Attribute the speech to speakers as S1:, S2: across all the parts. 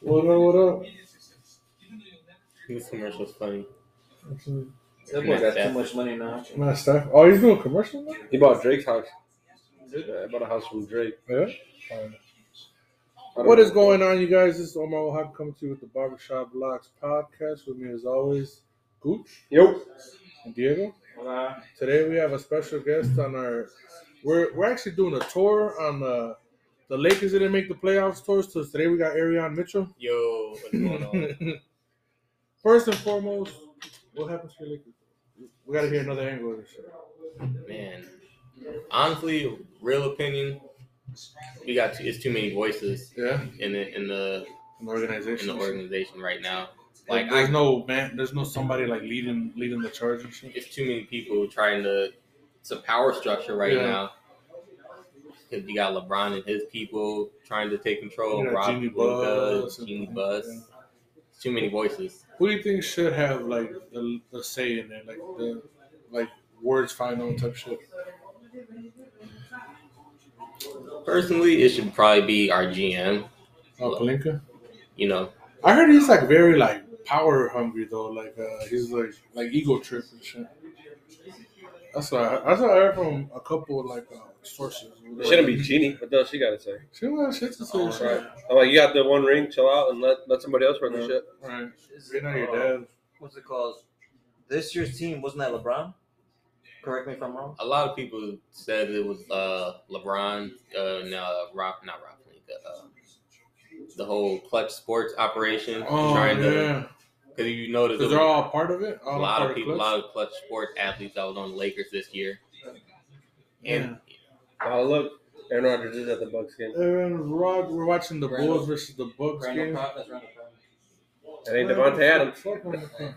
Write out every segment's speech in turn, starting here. S1: What up, what up?
S2: This commercial's funny.
S1: That's it.
S3: That boy got too much money now.
S1: Nice stuff. Oh, he's doing commercial now?
S4: He bought Drake's house. Yeah, I bought a house from Drake.
S1: Oh, Yeah.
S4: I don't
S1: What is
S4: know.
S1: going on, you guys? This is Omar Wahab coming to you with the Barbershop Blocks podcast. With me, as always, Gooch
S4: Yo,
S1: and Diego.
S3: Nah,
S1: Today, we have a special guest on our. We're, we're actually doing a tour on the the Lakers that didn't make the playoffs tour. So today, we got Arion Mitchell.
S2: Yo, what's going on?
S1: First and foremost, what happens to your Lakers? We got to hear another angle of this shit.
S2: Man, honestly, real opinion, we got too, it's too many voices
S1: Yeah,
S2: in the in the
S1: an
S2: in
S1: organization.
S2: the organization right now.
S1: Like,
S2: Like,
S1: there's
S2: I,
S1: no man. There's no somebody like leading leading the charge and shit.
S2: it's too many people trying to. It's a power structure right
S1: Yeah.
S2: now. 'Cause you got LeBron and his people trying to take control.
S1: You
S2: of
S1: got
S2: Rob
S1: Jimmy
S2: Luka,
S1: Buss and-
S2: Jimmy Buss. It's Too many voices.
S1: Who do you think should have like the, the say in it, like the like words final type shit?
S2: Personally, it should probably be our GM.
S1: Oh, Palinka.
S2: You know,
S1: I heard he's like very like power hungry though. Like uh, he's like like ego trip and shit. That's what I, that's what I heard from a couple like uh, sources.
S4: it shouldn't be Genie. What does she got to say?
S1: She don't have shit to say.
S3: All
S1: shit.
S4: I'm like, you got the one ring. Chill out and let, let somebody else run the
S1: Yeah.
S4: shit.
S1: Right.
S3: Is
S1: Right
S3: it,
S1: now, your
S3: uh,
S1: dad.
S3: What's it called? This year's team wasn't that LeBron? Correct me if I'm wrong.
S2: a lot of people said it was uh, LeBron, uh, no, Rob, not Rob Palenka, uh, the whole Clutch Sports operation
S1: Oh
S2: trying to
S1: yeah,
S2: because you notice
S1: because
S2: there
S1: they're
S2: was
S1: all part of it.
S2: a
S1: All
S2: lot
S1: part
S2: of people, a
S1: Clutch?
S2: lot of Clutch Sports athletes that was on the Lakers this year, and
S4: Oh, look. Aaron Rodgers is at the Bucks game.
S1: Aaron Rod, we're watching the
S3: Randall-
S1: Bulls versus the Bucks game.
S4: It ain't Devontae Adams.
S1: Fuck Randall Cobb.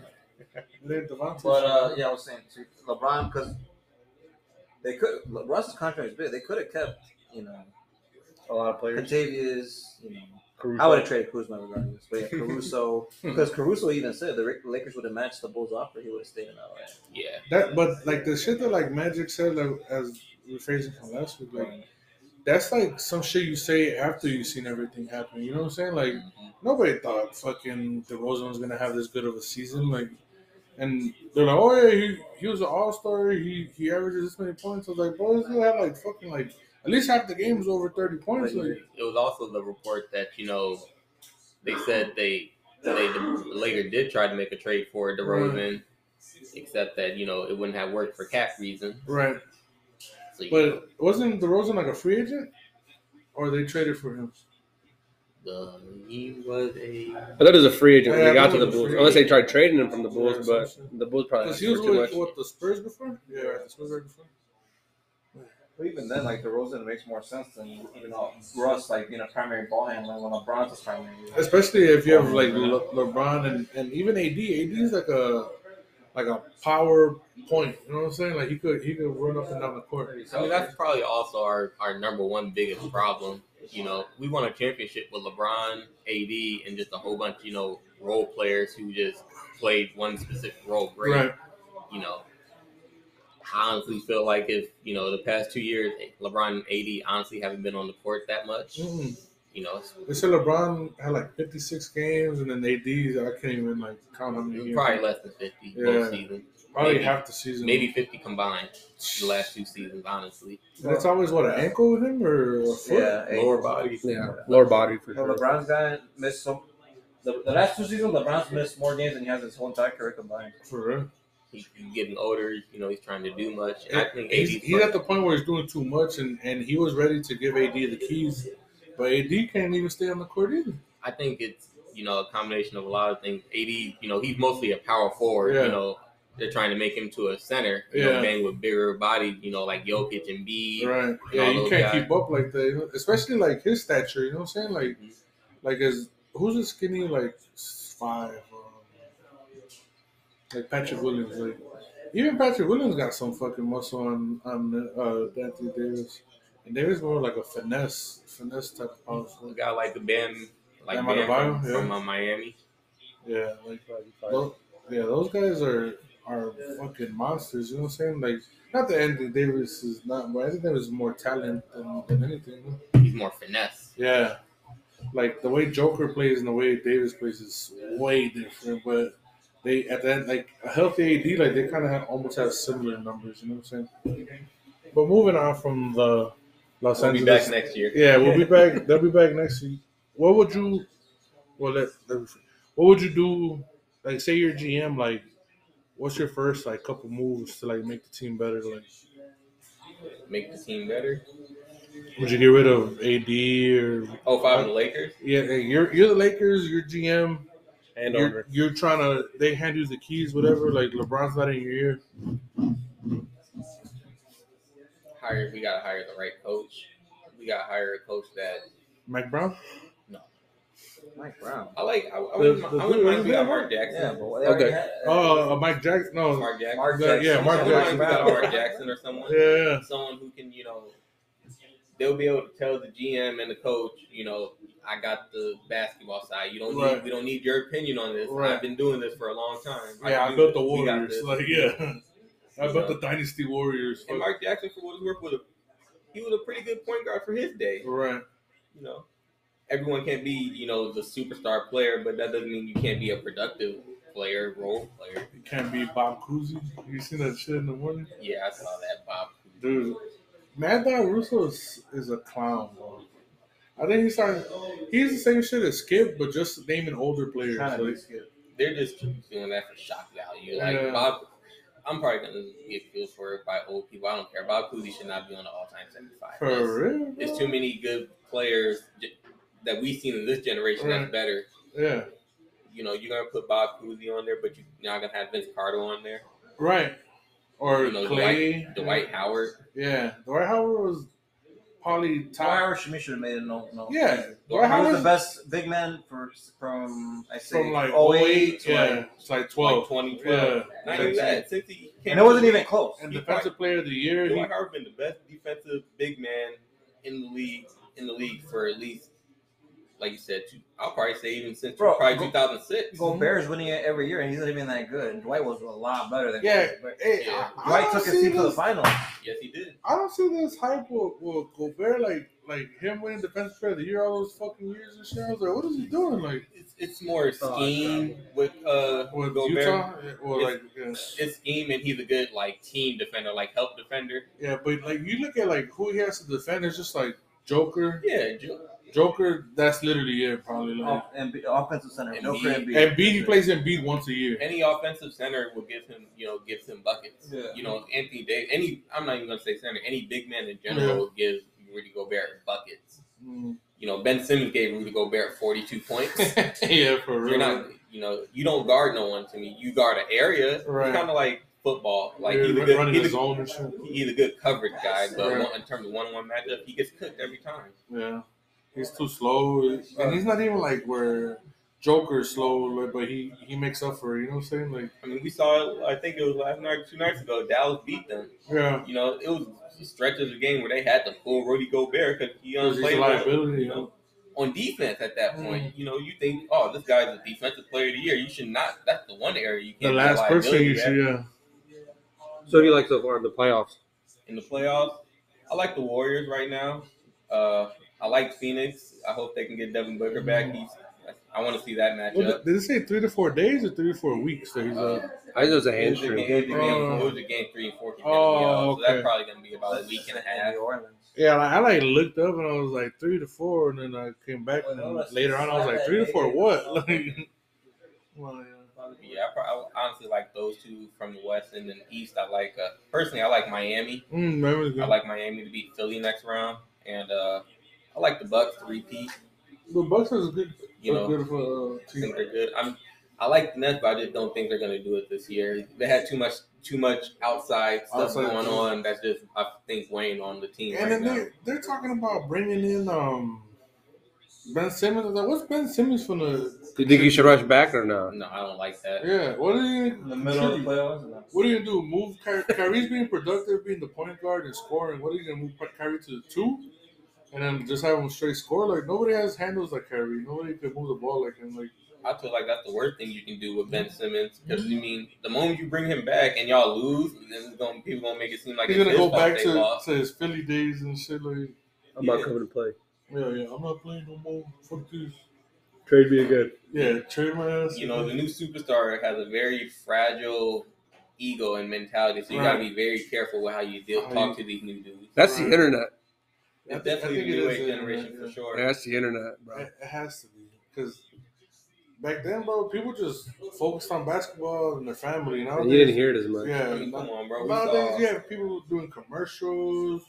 S1: It ain't Devontae.
S3: But uh, yeah, I was saying too, LeBron because they could Le- Russ's contract is big. They could have kept you know
S4: A lot of players.
S3: Contavious. You know,
S4: Caruso.
S3: I would have traded Kuzma regardless. But yeah, Caruso because Caruso even said the Ra- Lakers would have matched the Bulls' offer. He would have stayed in LA.
S2: yeah,
S1: that, but like the shit that like Magic said, like as rephrasing from last week, like that's like some shit you say after you've seen everything happen. You know what I'm saying? Like nobody thought fucking DeRozan was gonna have this good of a season. Like, and they're like, oh yeah, he, he was an all star. He he averages this many points. I was like, bro, this dude had like fucking like at least half the games over thirty points.
S3: But,
S1: Like,
S2: it was also the report that you know they said they they the Lakers did try to make a trade for DeRozan, except that you know it wouldn't have worked for cap reason.
S1: right.
S2: So, you know,
S1: But wasn't DeRozan like a free agent, or they traded for him?
S2: the, he was a
S4: But that is a free agent when
S1: Yeah,
S4: they got to
S1: everyone
S4: the
S1: was
S4: Bulls.
S1: free.
S4: Unless they tried trading him from the
S1: Yeah,
S4: Bulls, but
S1: so-
S4: the Bulls probably
S1: Because he was
S4: asked for too much.
S1: with what the Spurs before. Yeah, right, the Spurs right before.
S3: But even then, like the Rosen makes more sense than even though Russ, like being a primary ball handler when LeBron's his primary.
S1: Especially if you have like Le- LeBron and, and even AD. AD is like a like a power point. You know what I'm saying? Like he could he could run up and down the court.
S2: I mean, that's probably also our, our number one biggest problem. You know, we won a championship with LeBron, AD, and just a whole bunch, you know, role players who just played one specific role great.
S1: Right.
S2: You know, I honestly feel like if, you know, the past two years, LeBron and AD honestly haven't been on the court that much.
S1: Mm-mm.
S2: You know, it's
S1: Mm-hmm. They said LeBron had like 56 games, and then AD I can't even like count how many games.
S2: probably less than 50
S1: Yeah.
S2: both seasons.
S1: Probably
S2: maybe-
S1: half the season.
S2: Maybe 50 combined the last two seasons, honestly.
S1: And it's always what an ankle with him or a foot.
S3: Yeah, hey,
S2: Lower body.
S4: Yeah, lower body for
S3: the
S4: sure.
S3: LeBron's guy missed some. The, the last two seasons, LeBron's missed more games than he has his whole entire career combined.
S1: For real.
S2: He's getting older. You know, he's trying to do much. And I think AD.
S1: he's, he's at the point where he's doing too much, and, and he was ready to give AD the keys, but AD can't even stay on the court either.
S2: I think it's you know a combination of a lot of things. AD, you know, he's mostly a power forward.
S1: Yeah.
S2: You know, they're trying to make him to a center. You
S1: Yeah.
S2: know, man with bigger body. You know, like Jokic and B.
S1: Right? Yeah, you
S2: Ronaldo
S1: can't
S2: guy.
S1: keep up like that, you know, especially like his stature. You know what I'm saying? Like,
S2: Mhm.
S1: like as who's a skinny like five, um, like Patrick Williams. Like even Patrick Williams got some fucking muscle on on uh, Anthony Davis, and Davis more like a finesse, finesse type of power
S2: A
S1: forward.
S2: guy like the Bam, like
S1: Bam
S2: Bam
S1: Adebayo,
S2: from,
S1: yeah.
S2: from, uh, Miami.
S1: Yeah, like those, yeah, those guys are are fucking monsters. You know what I'm saying? Like, not that Anthony Davis is not, but I think there was more talent than, than anything.
S2: He's more finesse.
S1: Yeah. like the way Joker plays and the way Davis plays is way different. But they at that like a healthy AD, like they kind of have, almost have similar numbers. You know what I'm saying? But moving on from the Los
S2: We'll be
S1: Angeles,
S2: back next year.
S1: yeah, we'll be back. They'll be back next week. What would you? Well, let, let me, what would you do? Like, say you're GM. Like, what's your first like couple moves to like make the team better? Like,
S2: Make the team better.
S1: would you get rid of AD or?
S2: Oh, five of the Lakers.
S1: Yeah, hey, you're you're the Lakers. You're GM.
S4: And
S1: You're,
S4: over.
S1: you're trying to. They hand you the keys, whatever. Like LeBron's not in your ear.
S2: Hire. We gotta hire the right coach. We gotta hire a coach that
S1: Mike Brown.
S3: Mike Brown.
S2: I like. I, I
S4: The-
S2: wouldn't,
S4: the
S2: I wouldn't
S4: blue
S2: mind if we got
S4: ribbon?
S2: Mark
S3: Yeah,
S2: Jackson.
S3: but they
S4: Okay.
S3: already had-
S1: Oh, uh, Mike Jackson. No.
S2: Mark Jackson.
S3: Mark
S1: Yeah,
S3: Jackson.
S1: Mark
S2: I
S1: Jackson.
S2: wouldn't mind if we got Mark Jackson or someone.
S1: Yeah.
S2: someone who can, you know, they'll be able to tell the GM and the coach, you know, I got the basketball side. You don't
S1: Right.
S2: need, we don't need your opinion on this.
S1: Right.
S2: I've been doing this for a long time.
S1: Yeah,
S2: can
S1: I
S2: do
S1: built the
S2: this. We got
S1: Warriors.
S2: this.
S1: Like, yeah. I
S2: You
S1: built
S2: know.
S1: the Dynasty Warriors.
S2: And Mark Jackson, for what it's worth, was a he was a pretty good point guard for his day.
S1: Right.
S2: You know, everyone can't be, you know, the superstar player, but that doesn't mean you can't be a productive player, role player.
S1: It can't be Bob Cousy. You seen that shit in the morning?
S2: Yeah, I saw that, Bob.
S1: Dude, Mad Dog Russo is, is a clown, bro. I think he's starting. He's the same shit as Skip, but just naming older players.
S3: Kinda
S1: Like,
S2: they're just doing that for shock value. Like
S1: Yeah.
S2: Bob, I'm probably gonna get feel for it by old people. I don't care. Bob Cousy should not be on the all-time 75. list.
S1: for real?
S2: There's too many good players j- that we've seen in this generation
S1: Right.
S2: that's better.
S1: Yeah.
S2: You know, you're gonna put Bob Cousy on there, but you're not gonna have Vince Carter on there.
S1: Right. Or
S2: You know,
S1: Clay.
S2: Dwight Howard.
S1: Yeah. Dwight Howard was probably
S3: Dwight
S1: top.
S3: Howard should should have made it. No, no.
S1: Yeah. Dwight
S2: But
S3: He was
S1: Howard
S3: the best big man for from I say
S1: from like
S3: 08
S1: 08.
S3: to
S1: Yeah.
S3: oh like,
S1: it's like
S2: Like
S1: 12.
S2: 2012.
S1: Yeah.
S2: Not even that. Since he came
S3: and it wasn't even close.
S1: And
S2: He
S1: defensive player of the year. He,
S2: Dwight Howard been the best defensive big man in the league in the league for at least, like you said, two, I'll probably say even since
S3: Bro,
S2: probably
S3: go-
S1: Mhm.
S2: 2006.
S3: Gobert's winning it every year, and he's not even that good. Dwight was a lot better than
S1: Yeah.
S3: Gobert.
S1: hey,
S2: Yeah.
S1: I, I
S3: Dwight
S1: don't
S3: took his
S1: see
S3: team to the
S1: this-
S3: finals.
S2: Yes, he did.
S1: I don't see this hype with, with Gobert like like him winning defensive player of the year all those fucking years and shit. I was like, what is he doing? Like
S2: It's, it's more scheme with uh
S1: with
S2: Gobert.
S1: Utah? Or like yeah.
S2: It's scheme and he's a good like team defender, like help defender.
S1: yeah, but like you look at like who he has to defend, it's just like Joker.
S2: Yeah, Ju-
S1: Joker, that's literally it, probably like
S3: Off- and be- offensive center,
S2: And
S3: no
S2: he-
S3: Embiid.
S1: and Embiid he plays Embiid once a year.
S2: any offensive center will give him you know gives him buckets.
S3: Yeah.
S2: You know Anthony Davis. Any I'm not even gonna say center. Any big man in general gives Rudy Gobert buckets.
S1: Mm.
S2: You know Ben Simmons gave Rudy Gobert 42 points.
S1: yeah, for
S2: You're
S1: real.
S2: not, you know, you don't guard no one to me. You guard an area.
S1: Right.
S2: It's kind of like football. Like
S1: Yeah,
S2: he's a
S1: run-
S2: good,
S1: running
S2: he's
S1: his
S2: a,
S1: own and shit.
S2: he's a good coverage guy, but
S1: Right.
S2: one, in terms of one-on-one matchup, he gets cooked every time.
S1: Yeah, he's too slow, and he's not even like where Joker's slow, like, but he he makes up for it. You know what I'm saying? Like
S2: I mean, we saw. I think it was last night, two nights ago. Dallas beat them.
S1: yeah,
S2: You know, it was stretches of game where they had to pull Rudy Gobert because he
S1: he's a
S2: unplayable.
S1: liability.
S2: you know. on defense at that point.
S1: Mm.
S2: You know, you think, oh, this guy's a defensive player of the year. You should not. That's the one area you
S1: The
S2: can't. be a
S1: last person
S2: liability
S1: you
S2: at.
S1: should, yeah.
S4: So who you like so far in the playoffs?
S2: in the playoffs. I like the Warriors right now. Uh, I like Phoenix. I hope they can get Devin Booker back. He's, I want to see that
S1: Mm. Well,
S2: matchup.
S1: did- did it say three to four days or three to four weeks that he's
S2: Uh,
S1: up?
S4: I think
S2: it
S4: it was a
S2: was a
S4: hamstring.
S2: game- it was a game-
S1: Oh.
S2: it was a game three and four. against
S1: Oh,
S2: Seattle, So
S1: okay.
S2: that's probably going to be about a week and a half.
S3: New Orleans.
S1: Yeah, like, I like looked up and I was like three to four, and then I came back and then later on I was like three to four what? Like, well, yeah.
S2: Yeah, I, probably, I honestly like those two from the West and then East. I like, uh, personally, I like Miami.
S1: Mm, that was good.
S2: I like Miami to beat Philly next round. And uh, I like the Bucks three P.
S1: the Bucks is a good,
S2: You
S1: a
S2: know,
S1: good uh,
S2: I think
S1: team.
S2: they're good. I'm I like the Nets, but I just don't think they're gonna do it this year. They had too much too much outside stuff
S1: Outside
S2: going
S1: stuff.
S2: on that's just I think weighing on the team
S1: And
S2: right
S1: then
S2: now.
S1: they they're talking about bringing in um Ben Simmons. I was Like, what's Ben Simmons from the?
S4: Do you think you should rush back or not?
S2: No, I don't like that.
S1: Yeah, what are you?
S3: In the middle of the playoffs. and that's-
S1: What are you gonna do? Move Ky- Kyrie's being productive, being the point guard and scoring. What are you gonna move Ky- Kyrie to the two, and then just have him straight score? Like nobody has handles like Kyrie. Nobody can move the ball like him. Like
S2: I feel like that's the worst thing you can do with
S1: Mm-hmm.
S2: Ben Simmons because you mean the moment you bring him back and y'all lose, then it's gonna people gonna make it seem like
S1: he's
S2: it's
S1: gonna
S2: his
S1: go
S2: fault
S1: back
S2: they
S1: to,
S2: lost.
S1: to his Philly days and shit. Like
S4: I'm
S2: Yeah.
S4: not coming to play.
S1: Yeah, yeah. I'm not playing no more. Fuck this.
S4: Trade me again.
S1: Yeah, trade my ass.
S2: You know, the new superstar has a very fragile ego and mentality, so you gotta
S1: Right.
S2: be very careful with how you deal
S1: How
S2: talk to these new dudes.
S4: That's the
S1: Right. I
S4: internet.
S2: It's
S1: think- I
S2: definitely the
S1: think it
S2: new
S1: is
S2: age
S1: the
S2: generation
S1: internet,
S2: for sure.
S4: That's the internet, bro.
S1: It it has to be because back then, bro, people just focused on basketball and their family. Nowadays,
S4: And you didn't hear it as much.
S1: yeah,
S2: I mean, come on, bro. We
S1: nowadays
S2: saw,
S1: you have people doing commercials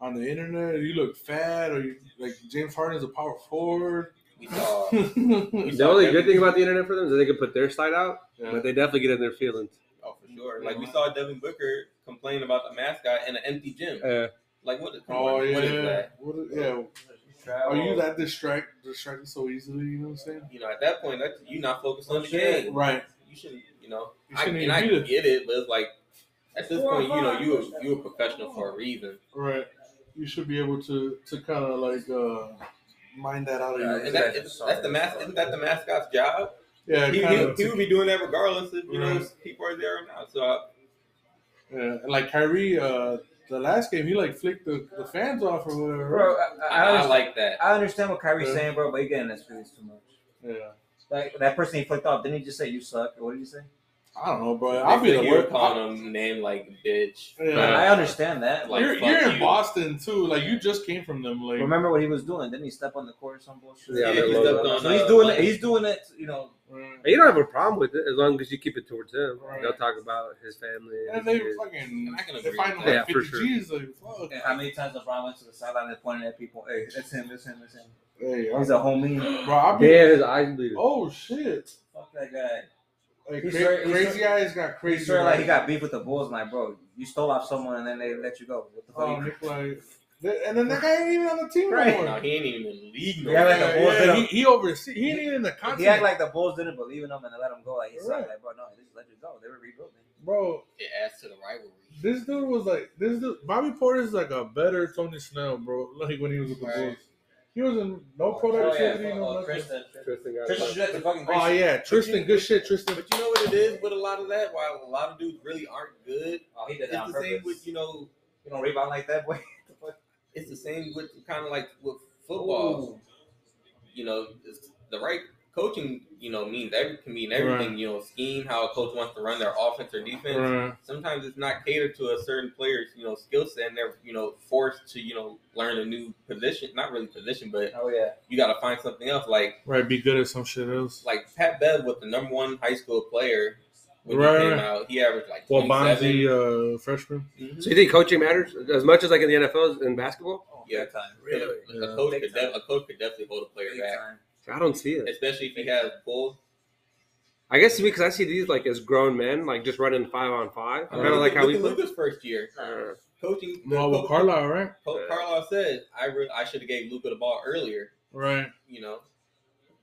S1: on the internet. You look fat, or you like James Harden's a power forward.
S2: we saw,
S1: yeah,
S2: we
S4: The
S2: saw
S4: only
S2: Devin-
S4: good thing about the internet for them is that they can put their side out, but they definitely get in their feelings.
S2: oh, for sure. Like we saw Devin Booker complain about the mascot in an empty gym.
S4: Uh,
S2: Like what? Come
S1: Oh
S2: on,
S1: yeah,
S2: what is that?
S1: What is- yeah. Are you that distract distracted so easily? You know what I'm saying?
S2: You know, at that point, that you're not focused on the game.
S1: Right.
S2: You should, you know,
S1: Oh, You
S2: I,
S1: shouldn't
S2: and
S1: even
S2: I
S1: be there.
S2: get it, but it's like at this point, you know, you a, you a professional for a reason,
S1: Right. You should be able to to kind of like uh mind that out of your
S2: and that, it's, that's the mas- Isn't that the mascot's job?
S1: yeah
S2: He,
S1: kind
S2: he,
S1: of
S2: he would be doing that regardless if you know
S1: Right.
S2: if people are there or not. So I,
S1: yeah. And, like Kyrie uh the last game he like flicked the, the fans off or whatever.
S5: Bro,
S1: right?
S5: I, I,
S2: I, I
S5: understand,
S2: like that.
S5: I understand what Kyrie's
S1: Yeah.
S5: saying, bro, but you're getting this for this too much.
S1: Yeah.
S5: Like that person he flicked off, didn't he just say you suck? Or what did he say?
S1: I don't know, bro.
S2: i
S1: I'll
S2: feel
S1: be the
S2: like you were
S1: worst.
S2: calling him name like bitch.
S1: Yeah.
S5: I understand that. Like,
S2: Like,
S1: you're
S2: fuck
S1: you're in
S2: you.
S1: Boston too. Like you just came from them. Like
S5: remember what he was doing? Didn't he step on the court or some bullshit?
S4: Yeah, Yeah,
S2: he logo. stepped on,
S5: so he's
S2: uh,
S5: doing
S2: like-
S5: it. He's doing it. You know,
S1: right.
S4: and you don't have a problem with it as long as you keep it towards him.
S1: Right.
S4: They'll talk about his family.
S1: and
S4: And
S1: they
S4: his kids.
S1: fucking
S2: And I can
S1: they
S2: agree
S1: find
S2: with
S1: them
S4: that.
S1: like
S4: Yeah, for
S1: 50
S4: sure.
S1: G's. Like fuck.
S5: and how many times LeBron went to the sideline and pointed at people? Hey, it's him. It's him. It's him.
S1: Hey,
S5: He's
S1: I-
S5: a homie.
S1: bro, I'll be.
S4: yeah, his eyes bleeding.
S1: Oh shit!
S5: Fuck that guy.
S1: Like,
S5: He
S1: cra-
S5: sure- he
S1: crazy
S5: sure-
S1: eyes got
S5: Pretty
S1: crazy.
S5: sure like he
S1: eyes.
S5: got beef with the Bulls. Like, bro, you stole off someone and then they let you go. What the fuck?
S1: Oh,
S5: you-
S1: Nikolai. Th- And then that guy ain't even on the team
S5: Right.
S1: no
S2: No,
S1: more.
S2: he ain't even in the league. No
S5: Yeah,
S2: more.
S5: like a boy.
S1: he, he overseas. He ain't even in the content.
S5: He act like the Bulls didn't believe in him and they let him go. Like he
S1: Right.
S5: sucked. Like, bro, no, they just let you go. They were rebuilding.
S1: bro,
S2: it adds to the rivalry.
S1: this dude was like this dude. Bobby Porter's like a better Tony Snell, bro. Like when he was with the
S2: Right.
S1: Bulls, he was in no
S5: Oh, yeah,
S1: productivity, no
S5: oh,
S1: nothing.
S5: Tristan.
S4: Tristan got
S5: Tristan,
S4: it.
S5: shoot at the fucking
S1: Oh
S5: Grayson.
S1: yeah, Tristan, good shit, Tristan.
S2: But you know what it is with a lot of that? Why a lot of dudes really aren't good.
S5: Oh, he did
S2: It's
S5: that on
S2: the same
S5: purpose.
S2: with you know.
S5: You don't rebound like that, boy.
S2: It's the same with kind of like with football.
S5: Ooh.
S2: You know, it's the right coaching. You know, means every can mean everything. You know, scheme how a coach wants to run their offense or defense.
S1: Right.
S2: Sometimes it's not catered to a certain player's you know skill set, and they're you know forced to you know learn a new position. Not really position, but
S5: Oh yeah.
S2: you got to find something else. Like
S1: right, be good at some shit else.
S2: like Pat Bev was the number one high school player when
S1: Right,
S2: he came
S1: right.
S2: out. He averaged like
S1: Well,
S2: 27.
S1: Bonzi, uh, freshman.
S2: Mhm.
S4: So you think coaching matters as much as like in the NFL is in basketball?
S5: Oh,
S2: Yeah.
S5: big time.
S4: Really?
S2: A
S1: Yeah.
S2: coach
S5: Big
S2: could
S5: time.
S2: def- a coach could definitely hold a player
S5: Big
S2: back,
S5: time.
S4: I don't see it.
S2: especially if he has full.
S4: I guess because I see these like as grown men, like just running five on five,
S2: Uh,
S4: kind of like how we play.
S2: Luca's first year
S4: Uh,
S2: coaching.
S1: Well, with Carlisle, right?
S2: Coach Carlisle said, "I re- I should have gave Luca the ball earlier."
S1: Right.
S2: You know,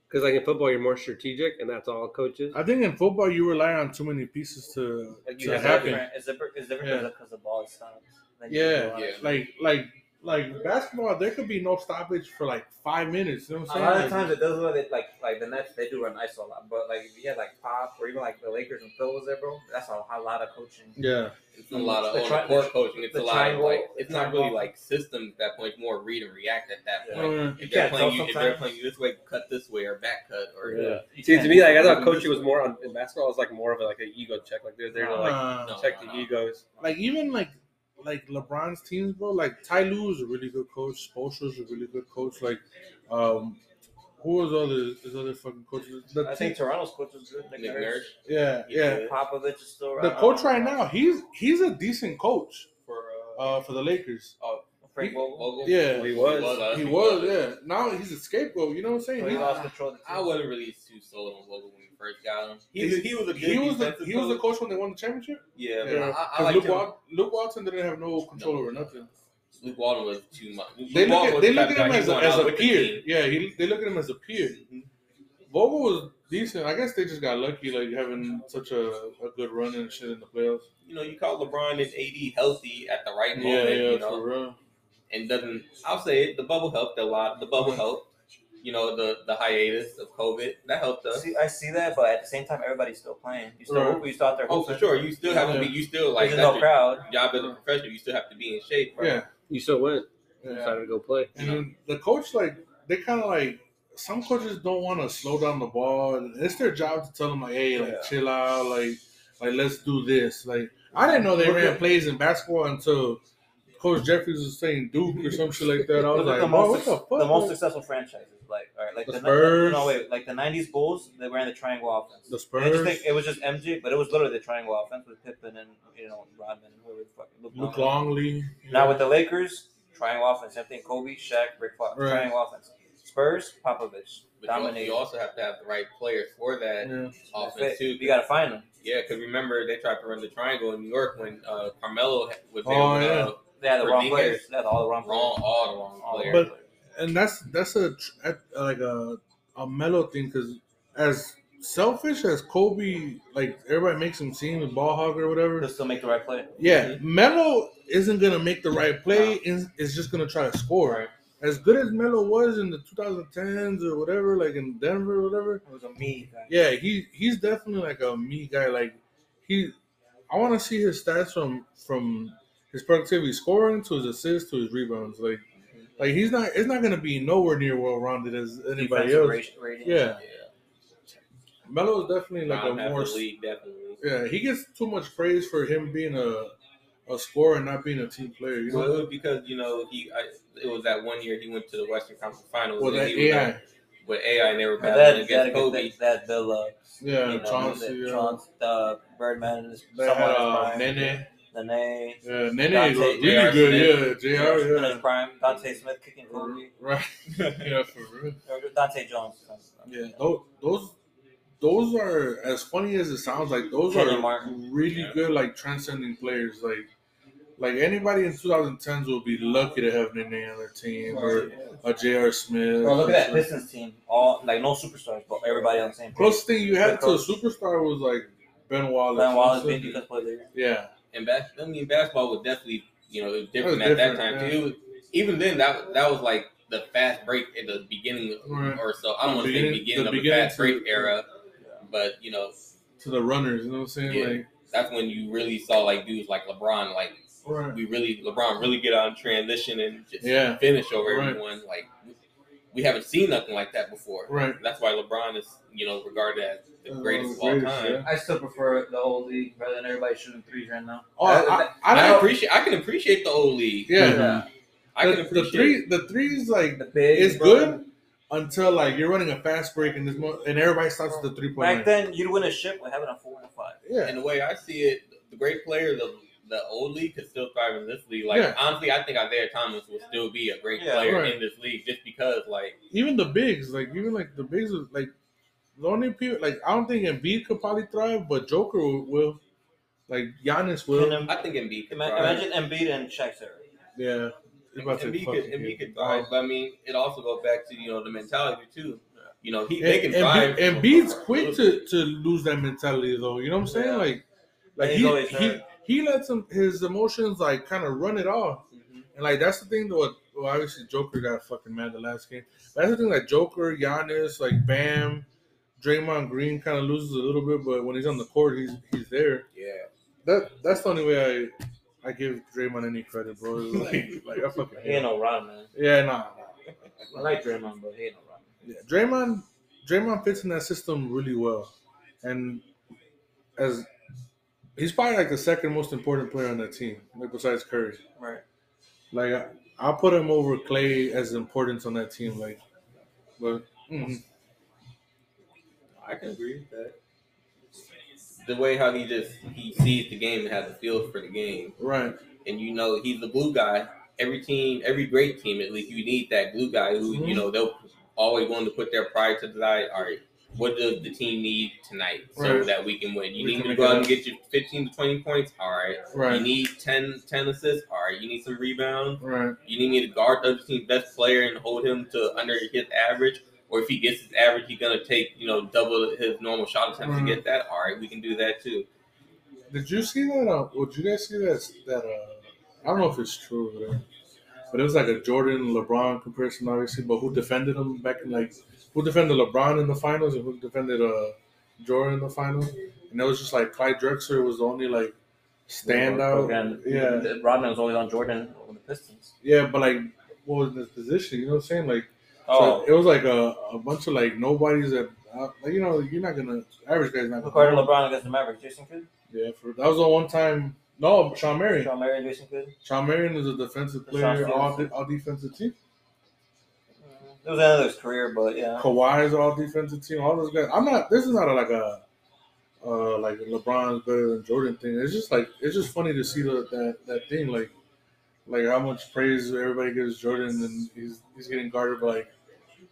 S4: Because like in football, you're more strategic, and that's all coaches.
S1: I think in football you rely on too many pieces to
S5: Like,
S1: to
S5: it's
S1: happen.
S5: different- It's different because
S1: Yeah.
S5: the ball is stopped. Like,
S1: Yeah.
S2: Yeah.
S1: like like like basketball, there could be no stoppage for like five minutes. You know what
S5: A
S1: I'm saying?
S5: lot of
S1: Like,
S5: times it does look like like like the Nets they do run ISO a lot, but like if you had like pop or even like the Lakers and Phil was there, bro, that's a, a lot of coaching.
S1: yeah,
S2: it's a lot of
S5: Mm-hmm. The
S2: on
S5: tri-
S2: the court coaching. It's
S5: the
S2: a lot
S5: triangle-
S2: of like it's not really
S5: triangle.
S2: like systems at that point. It's more read and react at that point.
S1: Uh,
S2: If they're
S5: Yeah,
S2: playing you,
S5: so
S2: if they're
S5: sometimes-
S2: playing you this way, cut this way or back cut or
S5: You
S4: See,
S5: can't-
S4: to me, like I thought coaching was more on in basketball. It's like more of a, like an ego check. Like they're there to like
S1: uh,
S2: No,
S4: check
S2: no,
S4: the
S2: no.
S4: egos.
S1: like even like like LeBron's teams, bro. Like Ty Lue is a really good coach. Spoelstra's a really good coach. Like, um, who was other his other fucking coach? The
S5: I
S1: team-
S5: think Toronto's coach was good. Nick
S2: Nick
S5: Nurse.
S1: yeah, yeah.
S5: Popovich is still
S1: The coach right now, he's he's a decent coach
S2: for uh,
S1: uh, for the Lakers.
S5: Frank Vogel.
S2: Vogel.
S1: Yeah,
S4: He was.
S2: uh,
S1: he was. Yeah, now he's a scapegoat. You know what I'm saying?
S5: So he
S1: He-
S5: lost control of the team.
S2: I wasn't really too sold on Vogel when we first got him. He,
S1: He's-
S2: he was a good
S1: He was the
S2: defensive
S1: he was the
S2: coach.
S1: coach when they won the championship.
S2: Yeah, but
S1: Yeah,
S2: I, I
S1: 'cause
S2: like
S1: Luke,
S2: him.
S1: Wal- Luke Walton didn't have no control over nothing.
S2: Luke Walton was too much. Luke
S1: They look
S2: Walton
S1: at,
S2: was
S1: they
S2: the
S1: look at
S2: type of
S1: him
S2: guy
S1: as
S2: he
S1: a,
S2: went
S1: as
S2: out
S1: a
S2: with the
S1: peer.
S2: team.
S1: Yeah, he, they look at him as a peer.
S2: Mhm.
S1: Vogel was decent. I guess they just got lucky, like having such a, a good run and shit in the playoffs.
S2: You know, you call LeBron and AD healthy at the right
S1: Yeah,
S2: moment.
S1: yeah,
S2: you
S1: for
S2: know,
S1: real.
S2: and doesn't. I'll say it. The bubble helped a lot. The bubble helped. You know, the the hiatus of COVID that helped us.
S5: See, I see that, but at the same time, everybody's still playing. You still,
S1: Right.
S5: you still out there.
S2: Oh, for sure. You still have to be. You still like
S5: There's
S2: that's
S5: no
S2: your
S5: crowd.
S2: job as a professional. You still have to be in shape. Right?
S1: Yeah,
S4: You still win.
S1: Yeah.
S4: decided to go play.
S1: And then the coach, like, they kind of like some coaches don't want to slow down the ball. And it's their job to tell them like, hey, like
S5: Yeah.
S1: chill out, like, like let's do this. Like, I didn't know they
S5: Look
S1: ran
S5: at-
S1: plays in basketball until Coach Jeffries was saying Duke or some shit like that. I was
S5: Look at
S1: like,
S5: the
S1: "Bro,
S5: most,
S1: what the fuck?
S5: the most successful franchises, like all right, like
S1: The
S5: the,
S1: Spurs.
S5: No wait, like the '90s Bulls, they ran the triangle offense.
S1: The
S5: And I just
S1: Spurs,
S5: think it was just MJ, but it was literally the triangle offense with Pippen and you know Rodman and whoever the fuck. Luke
S1: Luke
S5: Longley.
S1: Longley.
S5: Now with the Lakers, triangle offense. Same thing. Kobe, Shaq, Rick Fox.
S1: Right.
S5: Triangle offense. Spurs, Popovich,
S2: But you also,
S5: dominated.
S2: you also have to have the right players for that
S1: yeah.
S2: offense too.
S5: You gotta find them.
S2: Yeah, because remember they tried to run the triangle in New York when uh, Carmelo ha- was there. uh,
S1: Oh,
S2: with,
S1: yeah.
S5: They had the wrong
S2: Porzingis.
S5: players. They had all the
S2: uh,
S5: wrong players.
S2: wrong, all the wrong
S5: All the
S2: players.
S5: wrong
S1: But-
S5: players.
S1: and that's that's a tr- at- like a a mellow thing because as selfish as Kobe, like everybody makes him seem the ball hog or whatever.
S5: They'll still make the right play.
S1: Yeah, Melo isn't gonna make the right play. Is is just gonna try to score.
S5: Right.
S1: As good as Melo was in the 2010s or whatever, like in Denver or whatever.
S5: It was a me. guy.
S1: Yeah, he he's definitely like a me guy. Like he, I want to see his stats from from his productivity, scoring to his assists to his rebounds. Like like he's not. It's not gonna be nowhere near well rounded as anybody
S5: Defensive
S1: else.
S5: rat- rating.
S1: Yeah,
S2: yeah.
S1: Melo is definitely like
S2: Like
S1: a more.
S2: the league, definitely.
S1: Yeah, he gets too much praise for him being a a scorer and not being a team player. You know.
S2: Well, it was because you know he. I, it was that one year he went to the Western Conference Finals.
S1: Well,
S2: and
S1: that
S2: he was
S1: AI.
S2: on- with AI, and they were
S5: But
S2: battling
S5: that,
S2: against
S5: that,
S2: Kobe.
S5: that, that Bill, uh,
S1: Yeah,
S5: you know,
S1: Chauncey.
S5: the,
S1: Yeah.
S5: Chauncey, uh, Birdman, is
S1: They
S5: someone
S1: had
S5: in his
S1: uh,
S5: prime.
S1: Nene.
S5: The Nene.
S1: Yeah, Nene
S5: Dante,
S1: was really
S2: JR
S1: good.
S2: Smith.
S1: Yeah, JR.
S5: in his
S1: Yeah.
S5: prime. Dante Smith kicking Kobe.
S1: Right. yeah, for real.
S5: Or Dante Jones.
S1: Yeah, tho- those those are as funny as it sounds. Like those
S5: Kenyon
S1: are
S5: Martin.
S1: really
S2: Yeah.
S1: good, like transcending players. Like like anybody in 2010s will be lucky to have Nene on their team or a J.R. Smith.
S5: Bro, look
S1: or
S5: at that
S1: something.
S5: Pistons team. All like no superstars, but everybody on the same. page.
S1: Closest thing you had
S5: Good
S1: to a
S5: coach.
S1: superstar was like Ben Wallace.
S5: Ben Wallace
S1: Something-
S5: being defense player. of the year.
S1: Yeah,
S2: And bas- I mean, basketball was definitely you know it was different
S1: was
S2: at that
S1: different,
S2: time
S1: yeah.
S2: too. It was- Even then, that that was like the fast break at the beginning of-
S1: Right.
S2: or so. I don't
S1: The
S2: want to say
S1: beginning-
S2: beginning
S1: the
S2: of the
S1: beginning
S2: fast
S1: to-
S2: break era, but you know
S1: to the runners. You know what I'm saying?
S2: Yeah.
S1: Like,
S2: that's when you really saw like dudes like LeBron, like
S1: right.
S2: we really LeBron really get on transition and just
S1: Yeah.
S2: finish over
S1: Right.
S2: everyone. Like we haven't seen nothing like that before.
S1: Right.
S2: That's why LeBron is you know regarded as the
S5: Oh,
S1: Uh,
S2: greatest of all
S1: greatest,
S2: time.
S1: yeah.
S5: I still prefer the old league rather than everybody shooting threes right now.
S1: Oh, I, I,
S2: I,
S1: don't-
S2: appreciate. I can appreciate the old league.
S1: Yeah.
S2: I
S1: the,
S2: can
S1: the
S2: appreciate.
S1: three the threes like
S5: uh, The big
S1: It's
S5: bro.
S1: good. until like you're running a fast break and this mo- and everybody stops at the three
S5: Back
S1: point line.
S5: then, you'd win a ship with having a four and a five.
S1: Yeah,
S2: And the way I see it, the great players of the old league could still thrive in this league. Like
S1: Yeah.
S2: honestly, I think Isaiah Thomas will still be a great
S5: Yeah.
S2: player
S1: Right.
S2: in this league just because like
S1: even the bigs like even like the bigs was, like the only people like I don't think Embiid could probably thrive, but Joker will, will. like Giannis will.
S5: Can
S2: I
S5: Em-
S2: think Embiid could
S5: ima-
S2: thrive.
S5: imagine Embiid and Shaq's era.
S1: Yeah, It's about to
S2: And
S1: say
S2: Embiid
S1: fucking
S2: could,
S1: kid.
S2: Embiid could thrive, but I mean, it also goes back to you know the mentality too. You know, he they
S1: And,
S2: can
S1: and,
S2: thrive.
S1: Be- and Bede's quick to, to lose that mentality though. You know what I'm saying?
S5: Yeah.
S1: Like, like
S5: He's
S1: he,
S5: always
S1: he
S5: hurt.
S1: he lets him his emotions like kind of run it off. And like that's the thing that what well, obviously Joker got fucking mad the last game. That's the thing like Joker, Giannis, like Bam, Draymond Green kind of loses a little bit, but when he's on the court, he's he's there.
S2: Yeah,
S1: That that's the only way I I give Draymond any credit, bro. Like like I fucking
S5: He
S1: hate
S5: ain't
S1: him.
S5: no Ron, man.
S1: Yeah, nah. nah.
S5: I like Draymond, but he ain't no Ron.
S1: Yeah. Draymond Draymond fits in that system really well, and as he's probably like the second most important player on that team, like besides Curry.
S5: Right.
S1: Like I, I'll put him over Clay as importance on that team. Like, but mm,
S2: I can agree with that. The way how he just he sees the game and has a feel for the game,
S1: right,
S2: and you know he's the glue guy. Every team, every great team, at least you need that glue guy who you
S1: Mhm.
S2: know they'll always willing to put their pride to the side. All right, what does the team need tonight so
S1: Right.
S2: that we can win? You
S1: We can
S2: need me to
S1: make
S2: go
S1: it
S2: out
S1: up.
S2: and get you fifteen to twenty points. All right. You
S1: right,
S2: need 10, 10 assists. All right. You need some rebounds.
S1: right,
S2: You need me to guard the other team's best player and hold him to under his average. Or if he gets his average, he's gonna take you know double his normal shot attempts
S1: Mhm.
S2: to get that. All right, we can do that too.
S1: Did you see that? Uh, well, did you guys see that? That uh, I don't know if it's true, or whatever, but it was like a Jordan LeBron comparison, obviously. But who defended him back in like who defended LeBron in the finals and who defended uh Jordan in the finals? And it was just like Clyde Drexler was the only like standout.
S5: Again,
S1: Yeah.
S5: Rodman was always on Jordan over the Pistons.
S1: Yeah, but like what was in his position. You know what I'm saying? Like, so
S3: Oh,
S1: it was like a, a bunch of like nobodies that, uh, like, you know, you're not gonna average guy's not
S5: Ricardo
S1: gonna.
S5: LeBron against the Mavericks. Jason Kidd.
S1: Yeah, for, that was the one time. No, Sean Marion.
S5: Sean Marion. Jason Kidd.
S1: Sean Marion is a defensive
S5: The Sean
S1: player, all,
S5: Stevens.
S1: de- all defensive team.
S5: Mm, It was another his career, but yeah.
S1: Kawhi is all defensive team. All those guys. I'm not. This is not a, like a uh, like LeBron's better than Jordan thing. It's just like it's just funny to see the, that that thing like like how much praise everybody gives Jordan and he's he's getting guarded by like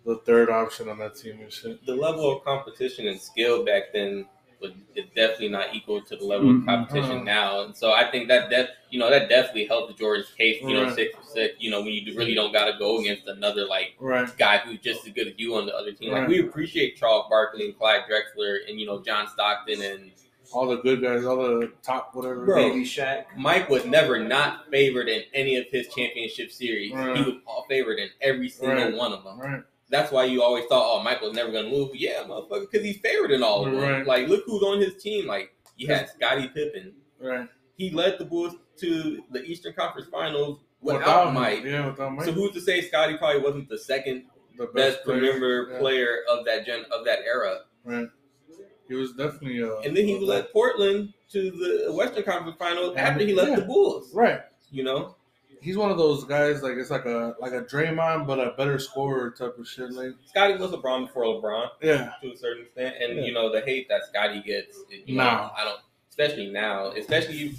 S1: the third option on that team and shit.
S2: The level of competition and skill back then was is definitely not equal to the level
S1: Mm-hmm.
S4: Mhm.
S2: of competition now. And so I think that def, you know, that definitely helped Jordan's case. You know,
S1: Right.
S2: six for six. You know, when you really don't got to go against another like
S1: Right.
S2: guy who's just as good as you on the other team.
S1: Right.
S2: Like we appreciate Charles Barkley and Clyde Drexler and you know John Stockton and
S1: All the good guys, all the top whatever.
S2: Bro.
S3: baby Shaq.
S2: Mike was never not favored in any of his championship series.
S1: Right.
S2: He was all favored in every single
S1: Right.
S2: one of them.
S1: Right.
S2: That's why you always thought, oh, Michael's never gonna move. Yeah, motherfucker, because he's favored in all of them.
S1: Right.
S2: Like, look who's on his team. Like, you had Scottie Pippen.
S1: Right.
S2: He led the Bulls to the Eastern Conference Finals without,
S1: him.
S2: Mike.
S1: Yeah, without Mike.
S2: So who's to say Scotty probably wasn't the second
S1: the
S2: best
S1: player.
S2: remembered
S1: Yeah.
S2: player of that gen of that era?
S1: Right. He was definitely uh
S2: And then he led Portland to the Western Conference Finals after he left
S1: Yeah.
S2: the Bulls.
S1: Right.
S2: You know,
S1: he's one of those guys like it's like a like a Draymond but a better scorer type of shit. Like
S2: Scotty was LeBron before LeBron.
S1: yeah,
S2: to a certain extent, and
S1: Yeah.
S2: you know the hate that Scotty gets. You know,
S1: Nah.
S2: I don't, especially now, especially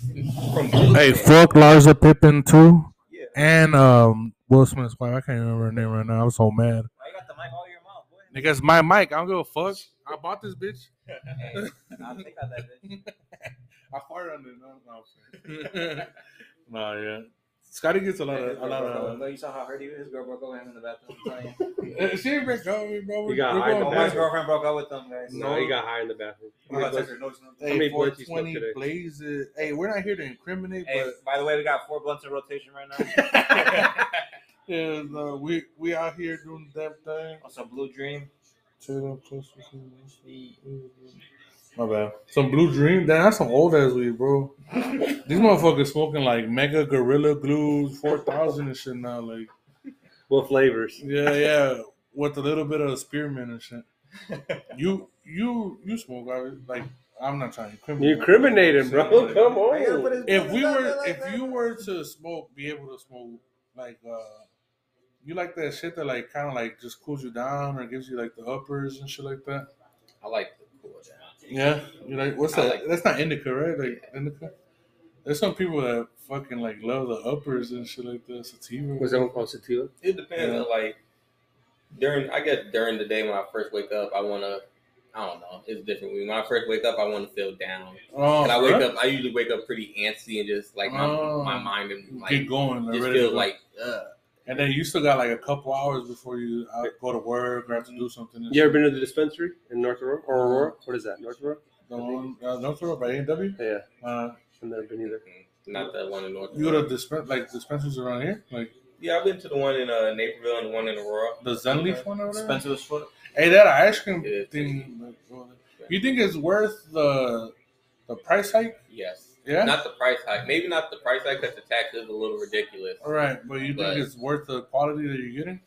S2: from Bulls fans.
S1: fuck Larsa Pippen too,
S2: Yeah.
S1: and um Will Smith's wife. I can't remember her name right now. I'm so mad.
S5: Why you got the mic all your mouth, boy?
S1: Niggas, my mic. I don't give a fuck. I bought this bitch.
S5: Hey, I'll take out that bitch.
S1: I farted on it. No, no, nah, yeah. Scotty gets a lot of a lot of.
S3: No, you saw how hurt he was. His girl broke up with him in the bathroom. I'm telling you.
S1: Uh, She ain't been coming, bro.
S4: You got high
S5: Oh,
S1: going
S4: on
S5: my
S1: back.
S4: that.
S5: girlfriend broke up with them guys.
S4: No, he got high in the bathroom.
S3: I'm gonna text her notes now.
S4: How many
S1: Hey,
S4: blunts you smoked
S1: 420
S4: today?
S1: blazes. Hey, we're not here to incriminate,
S5: Hey,
S1: but
S5: by the way, we got four blunts in rotation right now.
S1: Yeah, no, we we out here doing that thing.
S5: Also, Blue Dream.
S1: My bad. Some blue dream. Damn, that's some old ass weed, bro. These motherfuckers smoking like mega gorilla glue four thousand and shit now. Like,
S4: What flavors?
S1: yeah, yeah, with a little bit of spearmint and shit. You you you smoke obvi- like I'm not trying to
S4: You
S1: incriminate.
S4: incriminating, bro.
S1: Like,
S4: Come
S3: I gotta put
S4: on.
S3: his
S1: If
S3: business
S1: we
S3: out there
S1: were
S3: like
S1: if
S3: that.
S1: you were to smoke, be able to smoke like uh you like that shit that like kind of like just cools you down or gives you like the uppers and shit like that.
S2: I like the cool down.
S1: Yeah, you like what's
S2: I
S1: that?
S2: like-
S1: That's not indica, right? Like indica. There's some people that fucking like love the uppers and shit like that. Sativa.
S4: Was that one called Sativa?
S2: It depends
S1: Yeah.
S2: on like during. I guess during the day when I first wake up, I want to. I don't know. It's different. When I first wake up, I want to feel down.
S1: Oh,
S2: and I wake
S1: right?
S2: up. I usually wake up pretty antsy and just like my,
S1: Oh.
S2: my mind and like
S1: get going. like,
S2: just
S1: ready to
S2: feel
S1: go.
S2: like ugh.
S1: and then you still got like a couple hours before you uh, go to work or have to do something. and
S4: You ever
S1: shit.
S4: been to the dispensary in North Aurora? Or Aurora? What is that? North Aurora?
S1: the one uh, North Road by A and W?
S4: Yeah,
S1: Uh,
S4: I've never been either.
S2: not that one in North.
S1: you go to dispen- like dispensaries around here, like
S2: Yeah, I've been to the one in uh, Naperville and the one in Aurora.
S1: the Zen Leaf one over there.
S5: Spencer was foot.
S1: Hey, that ice cream
S2: Yeah.
S1: thing. like, well, You think it's worth the the price hike?
S2: Yes.
S1: Yeah.
S2: Not the price hike. Maybe not the price hike because the tax is a little ridiculous.
S1: All right, but you
S2: But-
S1: think it's worth the quality that you're getting?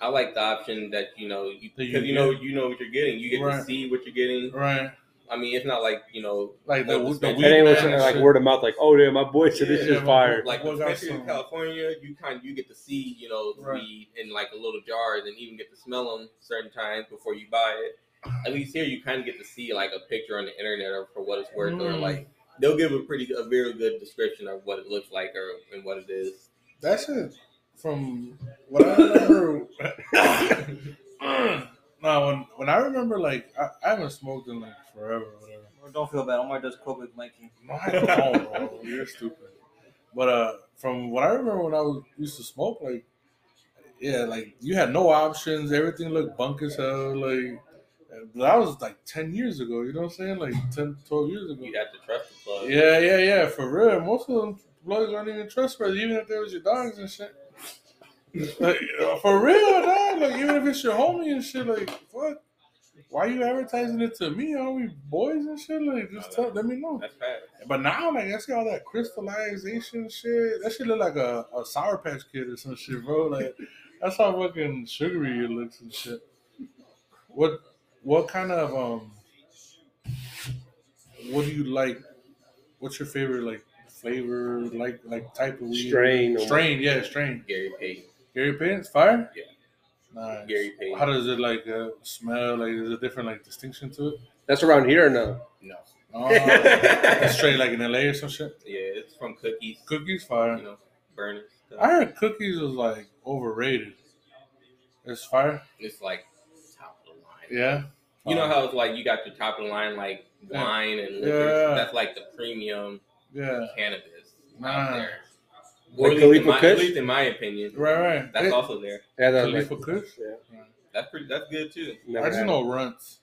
S2: I like the option that you know you
S1: That you
S2: because you
S1: get.
S2: know you know what you're getting. You get
S1: Right.
S2: to see what you're getting.
S1: Right.
S2: I mean, it's not like you know
S1: Like the,
S2: Well,
S1: the
S2: and
S1: weed
S4: and it was
S1: man and
S4: like
S1: shit.
S4: word of mouth, like, oh damn, my boy said
S1: Yeah,
S4: this
S1: yeah,
S4: is
S1: my
S4: fire.
S1: boy-
S2: like
S1: Well, that's
S2: especially in
S1: some-
S2: California, you kind of you get to see you know the
S1: Right.
S2: weed in like a little jars and even get to smell them certain times before you buy it. At least here, you kind of get to see like a picture on the internet or for what it's worth, or
S1: Mm.
S2: like they'll give a pretty a very good description of what it looks like or and what it is.
S1: That's it. From what I remember, no, when when I remember, like I, I haven't smoked in like forever, or whatever.
S5: Don't feel bad. Omar does coke with Mikey.
S1: No, I don't, bro. You're stupid. But uh, from what I remember when I was, used to smoke, like, yeah, like you had no options. Everything looked bunk as hell. Like, that was like 10 years ago. You know what I'm saying? Like 10, 12 years ago.
S2: You have to trust the plug.
S1: Yeah, yeah, yeah, for real. Most of them bloods aren't even trustworthy, even if they was your dogs and shit. uh, Like, for real, dog. Like, even if it's your homie and shit, like, fuck. why you advertising it to me? Are we boys and shit? Like, just tell, let me know.
S6: That's fast.
S1: But now, like, I see all that crystallization shit. That shit look like a, a Sour Patch Kid or some shit, bro. Like, that's how fucking sugary it looks and shit. What what kind of um? What do you like? What's your favorite like flavor? Like like type of weed?
S4: Strain. or-
S1: Strain, yeah, strain.
S2: Gary Payton.
S1: Gary Payton's fire.
S2: Yeah.
S1: Nice.
S2: Gary Payton.
S1: How does it like uh, smell? Like, is a different like distinction to it?
S4: That's around here or no?
S2: No.
S1: Oh,
S2: yeah,
S1: it's straight like in LA or some shit.
S2: it's from cookies.
S1: Cookies fire.
S2: You know, burners.
S1: I heard cookies was like overrated. It's fire.
S2: It's like top of the line.
S1: Yeah.
S2: You know how it's like you got your top of the line like
S1: Um, Yeah.
S2: wine and liquor.
S1: Yeah.
S2: That's like the premium
S1: Yeah.
S2: cannabis
S1: Nah.
S2: out there. Or
S4: Like
S2: at, least in
S4: Khalifa
S2: my, at
S4: Kush?
S2: least in my opinion,
S1: Right, right.
S2: that's
S1: It-
S2: also there.
S4: Yeah, that
S1: Khalifa Kush?
S4: Yeah.
S2: That's pretty. That's good too.
S4: Never
S1: I just
S4: had
S1: know runts.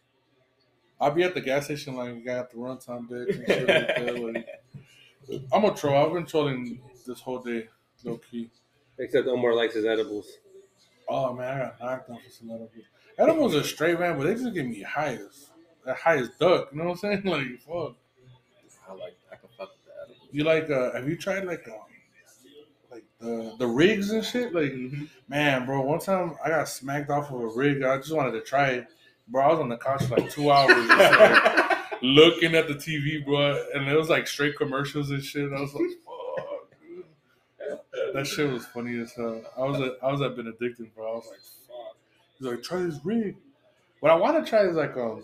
S1: I'll be at the gas station like you got the runts on deck and shit like that. Like, I'm a troll. I've been trolling this whole day, low key.
S4: it. Except Omar likes his edibles.
S1: Oh man, I got knocked on for some edibles. Edibles are straight man, but they just give me high as the highest duck. You know what I'm saying? Like fuck.
S2: I like. I can fuck with that.
S1: You like? Uh, have you tried like um, like the the rigs and shit? Like man, bro. One time I got smacked off of a rig. I just wanted to try it. Bro, I was on the couch for like two hours, just, like, looking at the TV, bro, and it was like straight commercials and shit. I was like, fuck. dude. That shit was funny as hell. I was at, I was at Benedictine, bro. I was like, fuck. He's like, try this rig. What I want to try is like um,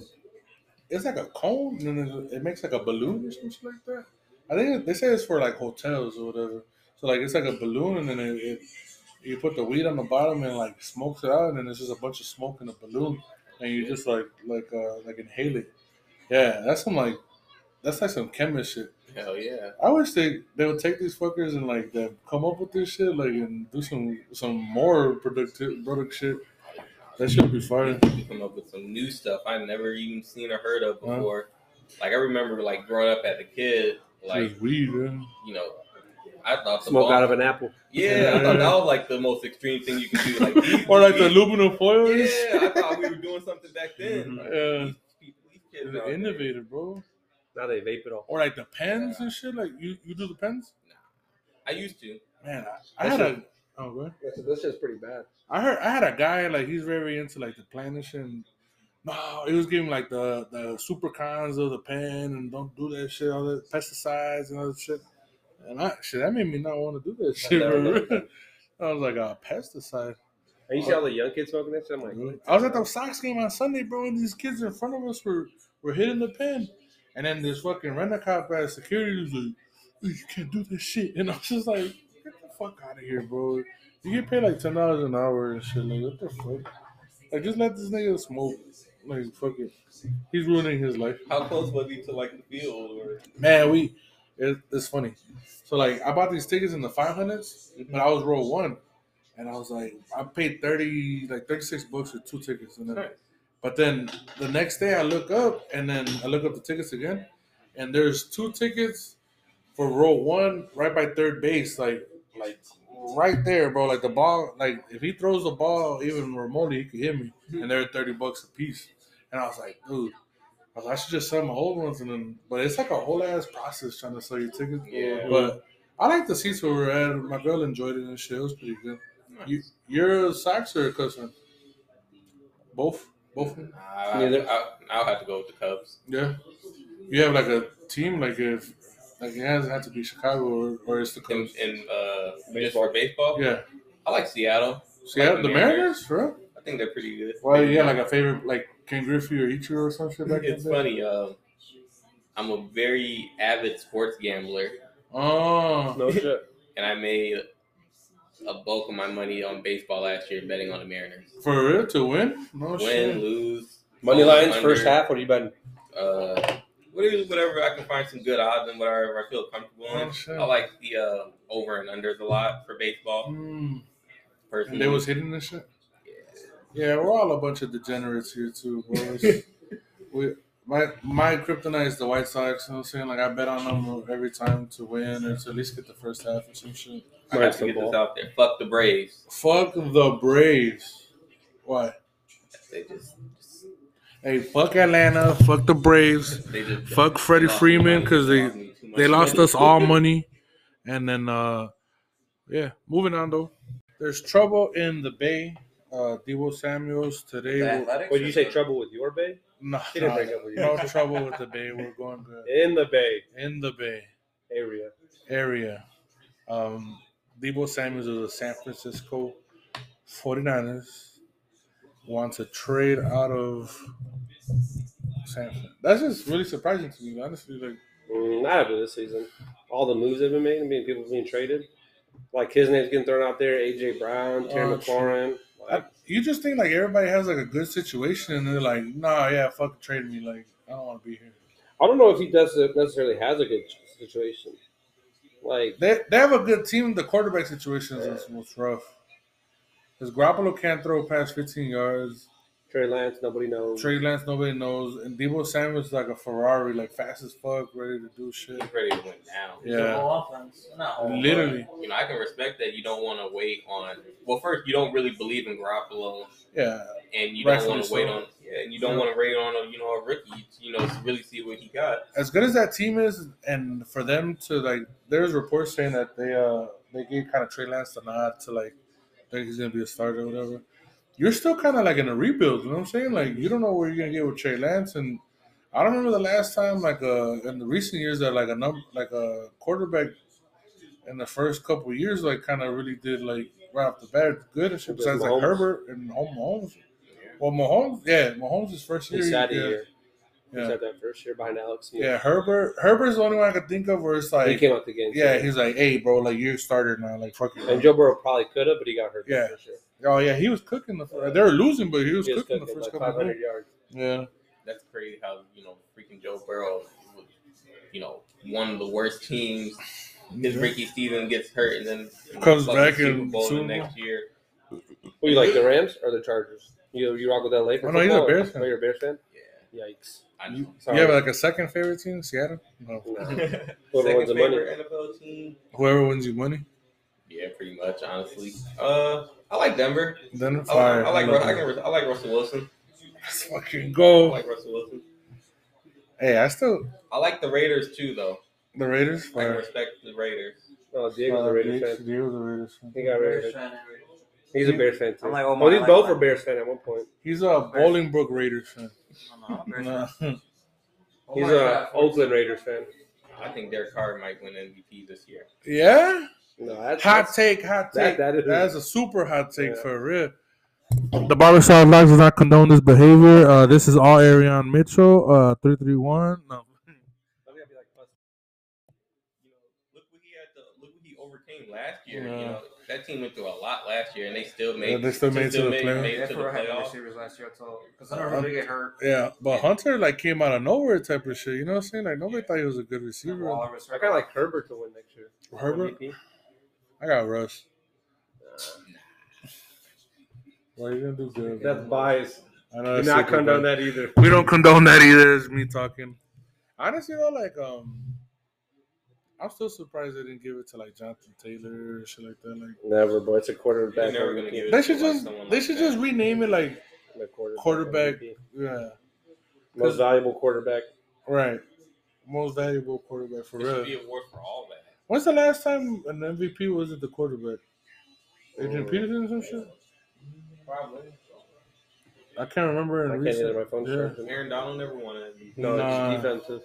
S1: it's like a cone, and then there's- it makes like a balloon or something like that. I think they say it's for like hotels or whatever. So like it's like a balloon, and then it, it you put the weed on the bottom and like smokes it out, and then there's just a bunch of smoke in the balloon, and you just like like uh like inhale it. Yeah, that's some like that's like some chemist shit.
S2: Hell yeah.
S1: I wish they they would take these fuckers and like they come up with this shit like and do some some more productive product shit. That should be fire.
S2: You come up with some new stuff I never even seen or heard of
S1: Huh?
S2: before. Like I remember, like growing up as a kid, like
S1: Just weed, man.
S2: you know, I thought the
S4: Smoke
S2: ball-
S4: out of an apple.
S2: Yeah, I thought that was like the most extreme thing you can do. Like these-
S1: or like the aluminum foil.
S2: Yeah,
S1: and shit.
S2: I thought we were doing something back then. Like,
S1: Yeah.
S2: these
S1: It's
S2: kids out there.
S1: innovative, bro.
S4: Now they vape it all.
S1: Or like the pens and shit. Like you, you do the pens,
S2: I used to.
S1: man. I, I had a oh, go ahead.
S4: This shit's pretty bad.
S1: I heard I had a guy like he's very into like the planet shit. And, no, he was giving like the the super cons of the pen and don't do that shit, all that pesticides and other shit. And I shit that made me not want to do that shit.
S2: never
S1: bro.
S2: looked at
S1: I was like, oh, pesticide.
S4: And you see all the young kids smoking that shit? I'm like,
S1: I was at the Sox game on Sunday, bro, and these kids in front of us were were hitting the pen, and then this fucking rent a cop at security was like, "Hey, "You can't do this shit," and I was just like, "Get the fuck out of here, bro! You get paid like ten dollars an hour and shit. Like, what the fuck? Like, just let this nigga smoke. Like, fuck it. He's ruining his life."
S2: How close was he to like the field? Or
S1: Man, we it, it's funny. So like, I bought these tickets in the 500s, but I was row one, and I was like, I paid thirty like thirty six bucks for two tickets, and then, but then the next day I look up, and then I look up the tickets again, and there's two tickets for row one right by third base, like like right there, bro. Like the ball, like if he throws the ball even remotely, he could hit me, and they're thirty bucks a piece, and I was like, dude. I, was like, I should just sell my whole ones and then, but it's like a whole ass process trying to sell your tickets.
S2: Yeah.
S1: But I like the seats where we're at. My girl enjoyed it and shit. It was pretty good. You, you're a Sox or a Cubs fan? Both, both. of them?
S2: I,
S4: Neither.
S2: I, I'll have to go with the Cubs.
S1: Yeah. You have like a team, like if like it hasn't had to be Chicago or, or it's the
S2: In,
S1: Cubs.
S2: in uh, just for baseball,
S1: yeah.
S2: I like Seattle.
S1: So yeah,
S2: the
S1: the Mariners, bro.
S2: I think they're pretty good.
S1: Well, yeah, like a favorite, like Ken Griffey or Ichiro or some shit back in
S2: it's
S1: the day.
S2: funny. Um, I'm a very avid sports gambler,
S1: Oh,
S4: no shit.
S2: and I made a bulk of my money on baseball last year, betting on the Mariners.
S1: for real to win? No Oh, shit.
S2: Win, lose,
S4: Money
S2: over,
S4: lines, first
S2: under,
S4: half. What are you betting?
S2: Uh, whatever, whatever I can find some good odds and whatever I feel comfortable
S1: Oh,
S2: in.
S1: shit.
S2: I like the uh, over and unders a lot for baseball.
S1: Mm.
S2: Personally,
S1: And they was hitting this shit. Yeah, we're all a bunch of degenerates here too, bro. It's- we, my my kryptonite is the White Sox. You know what I'm saying? Like I bet on them every time to win or to at least get the first half or some shit.
S2: I have to get this out there. Fuck the Braves.
S1: Fuck the Braves. What?
S2: They just, just
S1: Hey, fuck Atlanta, fuck the Braves,
S2: They just
S1: fuck Freddie
S2: lost
S1: Freeman
S2: money,
S1: because they
S2: lost me too much
S1: they lost
S2: money.
S1: us all money, and then uh, yeah, moving on though. There's trouble in the Bay. Uh, Debo Samuel's today.
S3: The
S1: will-
S3: Athletics?
S4: Would you say trouble with your bay?
S1: No,
S4: He
S1: no,
S4: didn't break up with you.
S1: no trouble with the Bay. We're going good
S4: In the bay
S1: in the Bay
S4: area.
S1: area. Um, Debo Samuel's of the San Francisco 49ers wants a trade out of San Fran. That's just really surprising to me, honestly. Like,
S4: Mm, not after this season. All the moves that have been made and being people being traded. Like his name's getting thrown out there, AJ Brown, Terry
S1: Oh, true.
S4: McLaurin. Like,
S1: you just think like everybody has like a good situation, and they're like, "Nah, yeah, fuck, trade me. Like, I don't want to be here."
S4: I don't know if he does necessarily has a good situation. Like
S1: They they have a good team. The quarterback situation is what's what's rough. Because Garoppolo can't throw past 15 yards.
S4: Trey Lance, nobody knows.
S1: Trey Lance, nobody knows. And Debo Samuel's like a Ferrari, like fast as fuck, ready to do shit.
S2: He's ready to win now.
S1: Yeah.
S5: Whole offense. Not whole, but-
S1: Literally.
S2: You know, I can respect that you don't want to wait on. Well, first, you don't really believe in Garoppolo,
S1: Yeah.
S2: and you don't
S1: Rightfully
S2: want to wait
S1: so.
S2: on. Yeah, and you don't want to wait on a you know a rookie. You know, to really see what he got.
S1: As good as that team is, and for them to like, there's reports saying that they uh they gave kind of Trey Lance the nod to like think he's gonna be a starter or whatever. You're still kind of like in a rebuild. You know what I'm saying? Like you don't know where you're gonna get with Trey Lance, and I don't remember the last time like uh in the recent years that like a number like a quarterback in the first couple of years like kind of really did like right off the bat good and shit.
S4: Just
S1: Besides like
S4: Mahomes.
S1: Herbert and Mahomes. Well, Mahomes, yeah, Mahomes' first year.
S4: He sat a
S1: yeah,
S4: year. He
S1: yeah.
S4: sat that first year behind Alex. Smith.
S1: Yeah, Herbert. Herbert's the only one I could think of where it's
S4: he
S1: like,
S4: came out the game.
S1: yeah, he's like, hey, bro, like you're a starter now, like fuck you.
S4: and Joe Burrow probably could have, but he got hurt.
S1: Yeah.
S4: for sure.
S1: oh yeah, he was cooking the. fir- They were losing, but he was
S4: He was
S1: cooking the
S4: cooking,
S1: first
S4: like
S1: couple. Of
S4: 500
S1: minutes.
S4: yards.
S1: yeah,
S2: That's crazy how you know freaking Joe Burrow, was, you know, one of the worst teams. His Ricky Steven gets hurt and then you know,
S1: Comes
S2: fucking
S1: back
S2: Super
S1: in
S2: Bowl the
S1: Super Bowl.
S2: next year.
S4: Who you like, the Rams or the Chargers? You you rock with LA for
S1: Oh, no, he's a
S4: football?
S1: Bears fan.
S4: Oh, you're a Bears fan?
S2: Yeah,
S4: Yikes.
S2: I know.
S1: you have like a second favorite team, Seattle. No.
S4: Nah.
S2: Second
S4: Whoever wins the money.
S2: favorite NFL team.
S1: Whoever wins you money,
S2: Yeah, pretty much, honestly. Uh, I like Denver.
S1: then
S2: I like,
S1: fire.
S2: I like,
S1: Love
S2: I
S1: it.
S2: can, I like Russell Wilson.
S1: Let's fucking
S2: I
S1: go.
S2: like Russell Wilson.
S1: Hey, I still
S2: I like the Raiders too, though.
S1: the Raiders.
S2: I can
S1: Fire.
S2: respect the Raiders.
S4: Oh, Diego's a Raiders fan.
S1: Diego's a Raiders fan.
S4: He got Raiders. He's a Bears fan, too.
S5: I'm like, oh, my,
S4: well, these
S5: I
S4: both
S5: like-
S4: were Bears fan at one point.
S1: He's a Bolingbrook Raiders fan.
S5: No.
S1: Nah.
S4: uh,
S5: oh
S4: He's a Oakland Raiders fan.
S2: I think Derek Carr might win MVP this year.
S1: yeah,
S4: No, that's,
S1: hot
S4: that's-
S1: take, hot
S4: that-
S1: take.
S4: that is-
S1: That's a super hot take
S4: Yeah.
S1: for real. The barbershop logs does not condone this behavior. Uh, this is all Arion Mitchell, uh, three three one. No.
S2: You know, look what he had to, look what he overcame last year. You
S1: Yeah.
S2: know, that team went through a lot last year, and they still made.
S1: Yeah, they still made it to the playoffs.
S2: made it to the
S5: had no
S2: playoffs.
S5: receivers last year until because I
S4: Uh,
S5: don't remember they get hurt.
S1: Yeah, but Hunter like came out of nowhere type of shit. You know what I'm saying? Like nobody thought he was a good receiver.
S5: Waller was
S4: I
S5: hurt.
S4: kind of like Herbert to win next year.
S1: Herbert,
S4: MVP.
S1: I got Russ. Well, you're gonna do good.
S4: That's
S1: bro.
S4: biased.
S1: I know
S4: Do
S1: that's
S4: not
S1: super
S4: condone
S1: biased.
S4: that either.
S1: We don't condone that either. Is me talking. Honestly though, like um, I'm still surprised they didn't give it to like Jonathan Taylor or shit like that. Like
S4: Never, boy. It's a quarterback.
S2: You're never gonna give it
S1: they
S2: to,
S1: should
S2: like,
S1: just
S2: someone
S1: they
S2: like
S1: should
S2: that.
S1: just rename it like
S4: The quarterback.
S1: Quarterback.
S4: MVP.
S1: yeah
S4: Most valuable quarterback.
S1: right most valuable quarterback for
S2: There should be
S1: real.
S2: an award for all that.
S1: When's the last time an MVP was at the quarterback? Adrian
S4: Mm.
S1: Peterson or some shit?
S2: Probably.
S1: I can't remember.
S4: I
S1: In
S4: can't
S1: recent.
S4: hear my phone's
S1: Yeah.
S4: charging.
S2: Aaron Donald never won an MVP.
S1: Mm-hmm.
S4: No,
S1: Nah.
S4: it's defensive.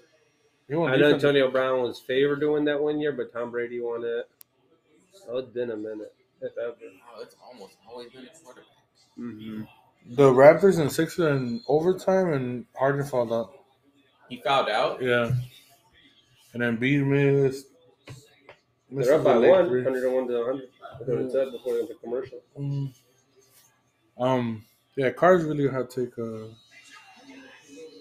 S1: He won
S4: I know
S1: defense.
S4: Antonio Brown was favored to win that one year, but Tom Brady won it. Oh, it's been a minute, if ever.
S2: Wow, it's almost always been a quarterback.
S4: Mm-hmm.
S1: the Raptors and Sixers in overtime, and Harden fouled out.
S2: He fouled out.
S1: Yeah, and then B missed. missed
S4: They're up by
S1: the late
S4: one,
S1: three.
S4: 101 to 100. That's what it said before we went to commercial.
S1: Mm. Um. Yeah, Carr's really gonna have to take uh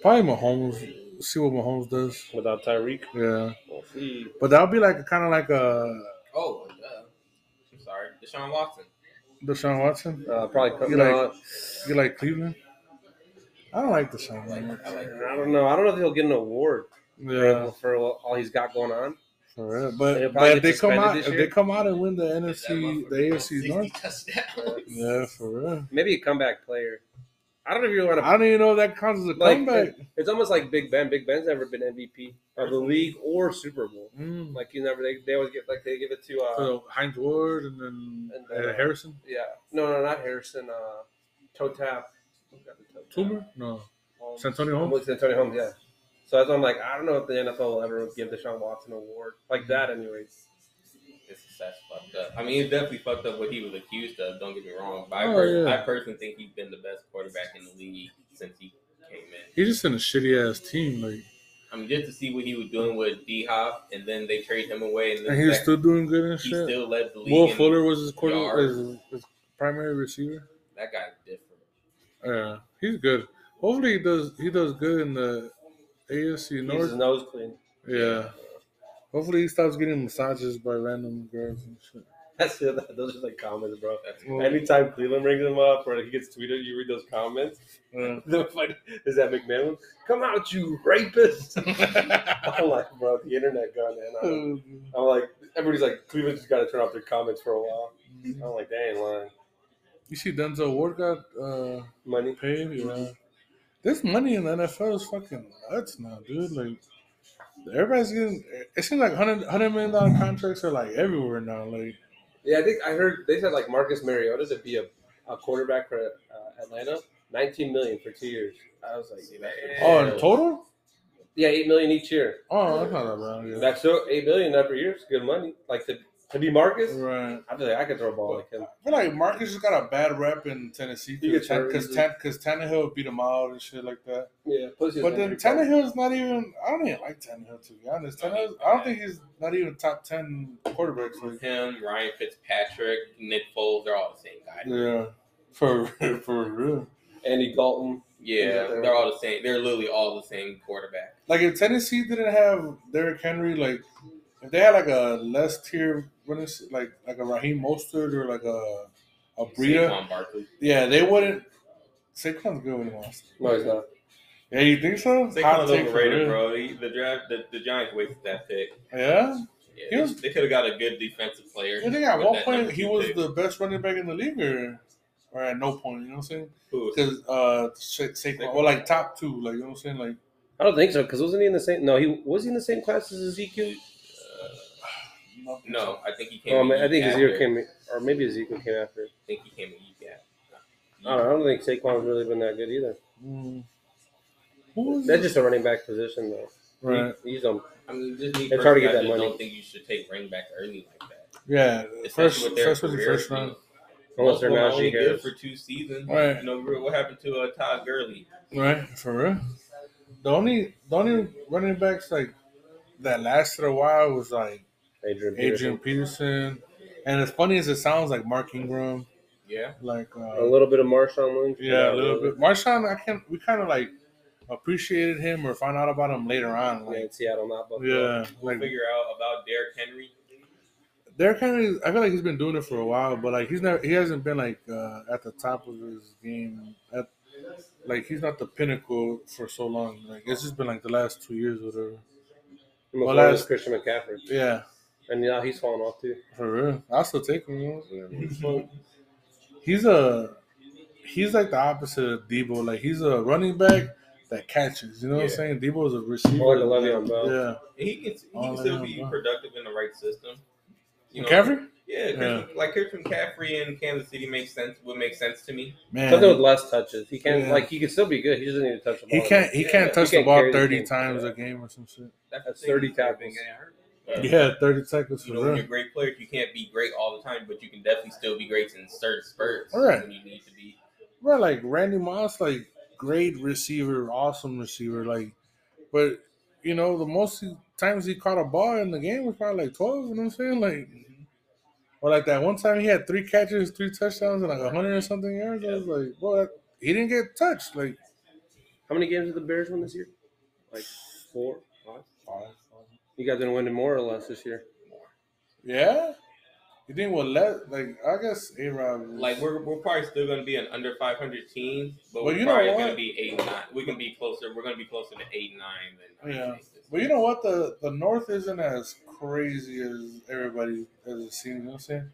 S1: probably Mahomes. See what Mahomes does.
S4: Without Tyreek,
S1: Yeah,
S4: we'll see.
S1: but that would be like kind of like uh, a
S2: Oh, duh. I'm sorry, Deshaun Watson.
S1: Deshaun Watson.
S4: Uh, probably
S1: You
S4: coming
S1: like-
S4: out.
S1: You like Cleveland? I don't like Deshaun.
S2: I like,
S1: Watson.
S2: I like
S4: I don't know. I don't know if he'll get an award
S1: Yeah,
S4: for all he's got going on.
S1: for real.
S4: They'll
S1: But,
S4: probably
S1: but if
S4: get
S1: they come
S4: suspended
S1: out,
S4: this
S1: if
S4: year.
S1: they come out and win the NFC,
S2: That
S1: the
S2: motherfucker
S1: AFC North.
S2: touchdowns.
S1: Yeah, for real.
S4: Maybe a comeback player. I don't know if you want to.
S1: I don't even know if that counts as a
S4: Like,
S1: comeback.
S4: It's almost like Big Ben. Big Ben's never been MVP of the league or Super Bowl.
S1: Mm.
S4: Like you never, they, they always give like they give it to uh,
S1: So Heinz Ward and then
S4: And, uh,
S1: uh, Harrison
S4: yeah, no, no, not Harrison, uh, Toe Tap, Who got the toe tap?
S1: Toomer, no
S4: Holmes.
S1: Santonio
S4: I'm
S1: Holmes.
S4: looking at Tony Holmes, yeah. So that's why I'm like, I don't know if the NFL will ever give Deshaun Watson an award like that, anyways.
S2: It's that's fucked up. I mean, it's definitely fucked up what he was accused of. Don't get me wrong, but I,
S1: Oh,
S2: pers-
S1: yeah.
S2: I personally think he's been the best quarterback in the league since he came in.
S1: He's just in a shitty ass team, like,
S2: I mean, just to see what he was doing with D Hop, and then they trade him away, and,
S1: and
S2: then
S1: he's
S2: he's
S1: still doing good and
S2: he
S1: shit.
S2: still led the league.
S1: Will
S2: in-
S1: Fuller was his quarter,
S2: yards.
S1: his, his primary receiver.
S2: that guy's different.
S1: Yeah, he's good. Hopefully he does. He does good in the AFC
S4: Keeps his
S1: North.
S4: nose clean.
S1: Yeah. Hopefully he stops getting massages by random girls and shit.
S4: That's it. Those are like comments, bro.
S2: That's
S1: Well,
S4: Anytime Cleveland brings him up or he gets tweeted, you read those comments.
S1: yeah.
S4: The fuck- Is that McMillan? Come out, you rapist! I'm like, bro, the internet gone, man. I'm, I'm like, everybody's like, Cleveland just got to turn off their comments for a while. I'm like, they ain't lying.
S1: You see, Denzel Ward got uh,
S4: Money.
S1: paid. Yeah. This money in the NFL is fucking nuts now, dude. Like everybody's getting. It seems like hundred hundred million dollar contracts are like everywhere now. Like
S4: Yeah, I think I heard they said like Marcus Mariota to be a, a quarterback for uh, Atlanta, 19 million for two years. I was like,
S1: oh,
S4: man.
S1: in total.
S4: yeah, eight million each year.
S1: Oh, that's not that bad. yeah.
S4: That's so eight million every year is good money. Like to, to be Marcus,
S1: right.
S4: I feel like I could throw a ball like him.
S1: I feel like Marcus just got a bad rep in Tennessee
S4: He gets
S1: because
S4: hurt
S1: because
S4: easily.
S1: Tan, 'cause Tannehill beat him out and shit like that.
S4: Yeah, plus he was
S1: But then
S4: injured, probably.
S1: Tannehill's not even. I don't even like Tannehill to be honest. Tannehill, I don't think he's not even top ten quarterbacks. Like,
S2: him, Ryan Fitzpatrick, Nick Foles, they're all the same guy.
S1: yeah, for for real.
S4: Andy Dalton.
S2: Yeah, they're all the same. They're literally all the same quarterback.
S1: Like if Tennessee didn't have Derrick Henry, like if they had like a less tier running, s- like like a Raheem Mostert or like a a Breida,
S2: Saquon Barkley.
S1: yeah, they wouldn't. Saquon's good when he wants. to.
S4: No, he's not.
S1: Yeah, you think so? Hot
S2: Saquon's
S1: take for
S2: overrated,
S1: real.
S2: bro. He, the draft, the, the Giants wasted that pick.
S1: Yeah.
S2: Yeah,
S1: He
S2: they-
S1: was-
S2: they could have got a good defensive player.
S1: I think at
S2: with
S1: one
S2: that
S1: point
S2: number
S1: he
S2: two
S1: was
S2: pick.
S1: the best running back in the league, or, or at no point, you know what I'm saying?
S2: Who?
S1: Because uh, Sa- Saquon, or like top two, like you know what I'm saying? Like
S4: I don't think so because wasn't he in the same? No, he was he in the same class as Ezekiel.
S2: Uh, No, I think he came.
S1: Oh,
S4: Um,
S2: a
S4: I think
S2: year
S4: Ezekiel
S2: after.
S4: came, or maybe Ezekiel came after.
S2: I think he came a year after.
S4: I don't, know, I don't think Saquon's really been that good either.
S1: mm, who was
S4: That's
S1: it?
S4: just a running back position though.
S1: right?
S4: He's on
S2: I mean, just me
S4: It's hard
S2: personally,
S4: to get
S2: I
S4: that
S2: just
S4: money.
S2: Don't think you should take running back early like that.
S1: Yeah, first,
S2: Especially with their
S1: especially
S2: career,
S1: first round.
S4: unless
S2: Most
S4: they're
S2: of them are
S4: Najee
S2: only
S4: Harris.
S2: good for two seasons.
S1: Right.
S2: You know real- what happened to uh, Todd Gurley?
S1: Right, for real. The only the only running backs like that lasted a while was like
S4: Adrian.
S1: Adrian
S4: Peterson.
S1: Peterson, and as funny as it sounds, like Mark Ingram,
S2: Yeah.
S1: like uh,
S2: Oh,
S4: A little bit of Marshawn Lynch.
S1: Yeah, a little bit. Marshawn, I can we kind of like appreciated him or found out about him later on.
S4: Yeah,
S1: Like,
S4: in Seattle, not Buffalo.
S1: yeah, like
S2: Figure out about Derrick Henry.
S1: Derrick Henry. I feel like he's been doing it for a while, but like he's never, he hasn't been like uh, at the top of his game. At like he's not the pinnacle for so long. Like it's just been like the last two years, or whatever.
S4: And before
S1: Well,
S4: it was Christian McCaffrey,
S1: Yeah,
S4: and now he's falling off too.
S1: for real. I still take him. You know? he's a he's like the opposite of Debo. Like he's a running back that catches. You know what I'm
S2: Yeah.
S1: saying? Debo is a receiver.
S4: Or like a Le'Veon Bell.
S1: Yeah,
S2: He can, he
S1: Oh,
S2: can still
S1: yeah,
S2: be
S1: bro.
S2: productive in the right system. You know,
S1: McCaffrey.
S2: Yeah,
S1: Yeah.
S2: Christian, like Christian McCaffrey in Kansas City makes sense. Would make sense to me.
S1: Man,
S4: Something with less touches. He can
S1: Yeah.
S4: not like he can still be good. He just doesn't need to touch the ball.
S1: he can't he
S2: Yeah,
S1: can't
S2: he
S1: touch
S4: can't
S1: the ball
S4: carry the
S1: thirty
S4: team.
S1: times a game or some shit.
S2: That's,
S4: That's
S2: the thing,
S4: 30
S2: you've been
S4: tackles.
S2: getting hurt. Uh,
S1: Yeah, thirty tackles for
S2: You know, when
S1: real.
S2: you're great players, you can't be great all the time, but you can definitely still be great in certain spurts
S1: All right.
S2: when you need to be.
S1: Right, like Randy Moss, like great receiver, awesome receiver, like, but you know the most he- times he caught a ball in the game was probably like twelve. You know what I'm saying? Like, or like that one time he had three catches, three touchdowns, and like a hundred or something yards. I was like, boy, that- he didn't get touched. Like,
S4: How many games did the Bears win this year? Like four.
S1: five.
S4: You guys didn't win it more or less this year.
S1: yeah, you think what? Let like I guess A Rob
S2: Like we're, we're probably still going to be an under 500 team, but
S1: Well,
S2: we're
S1: you know
S2: probably
S1: what?
S2: going to be eight nine. We can be closer. We're going to be closer to eight nine than nine.
S1: Yeah.
S2: eight, six.
S1: But you know what? The the North isn't as crazy as everybody as it seems. You know what I'm saying?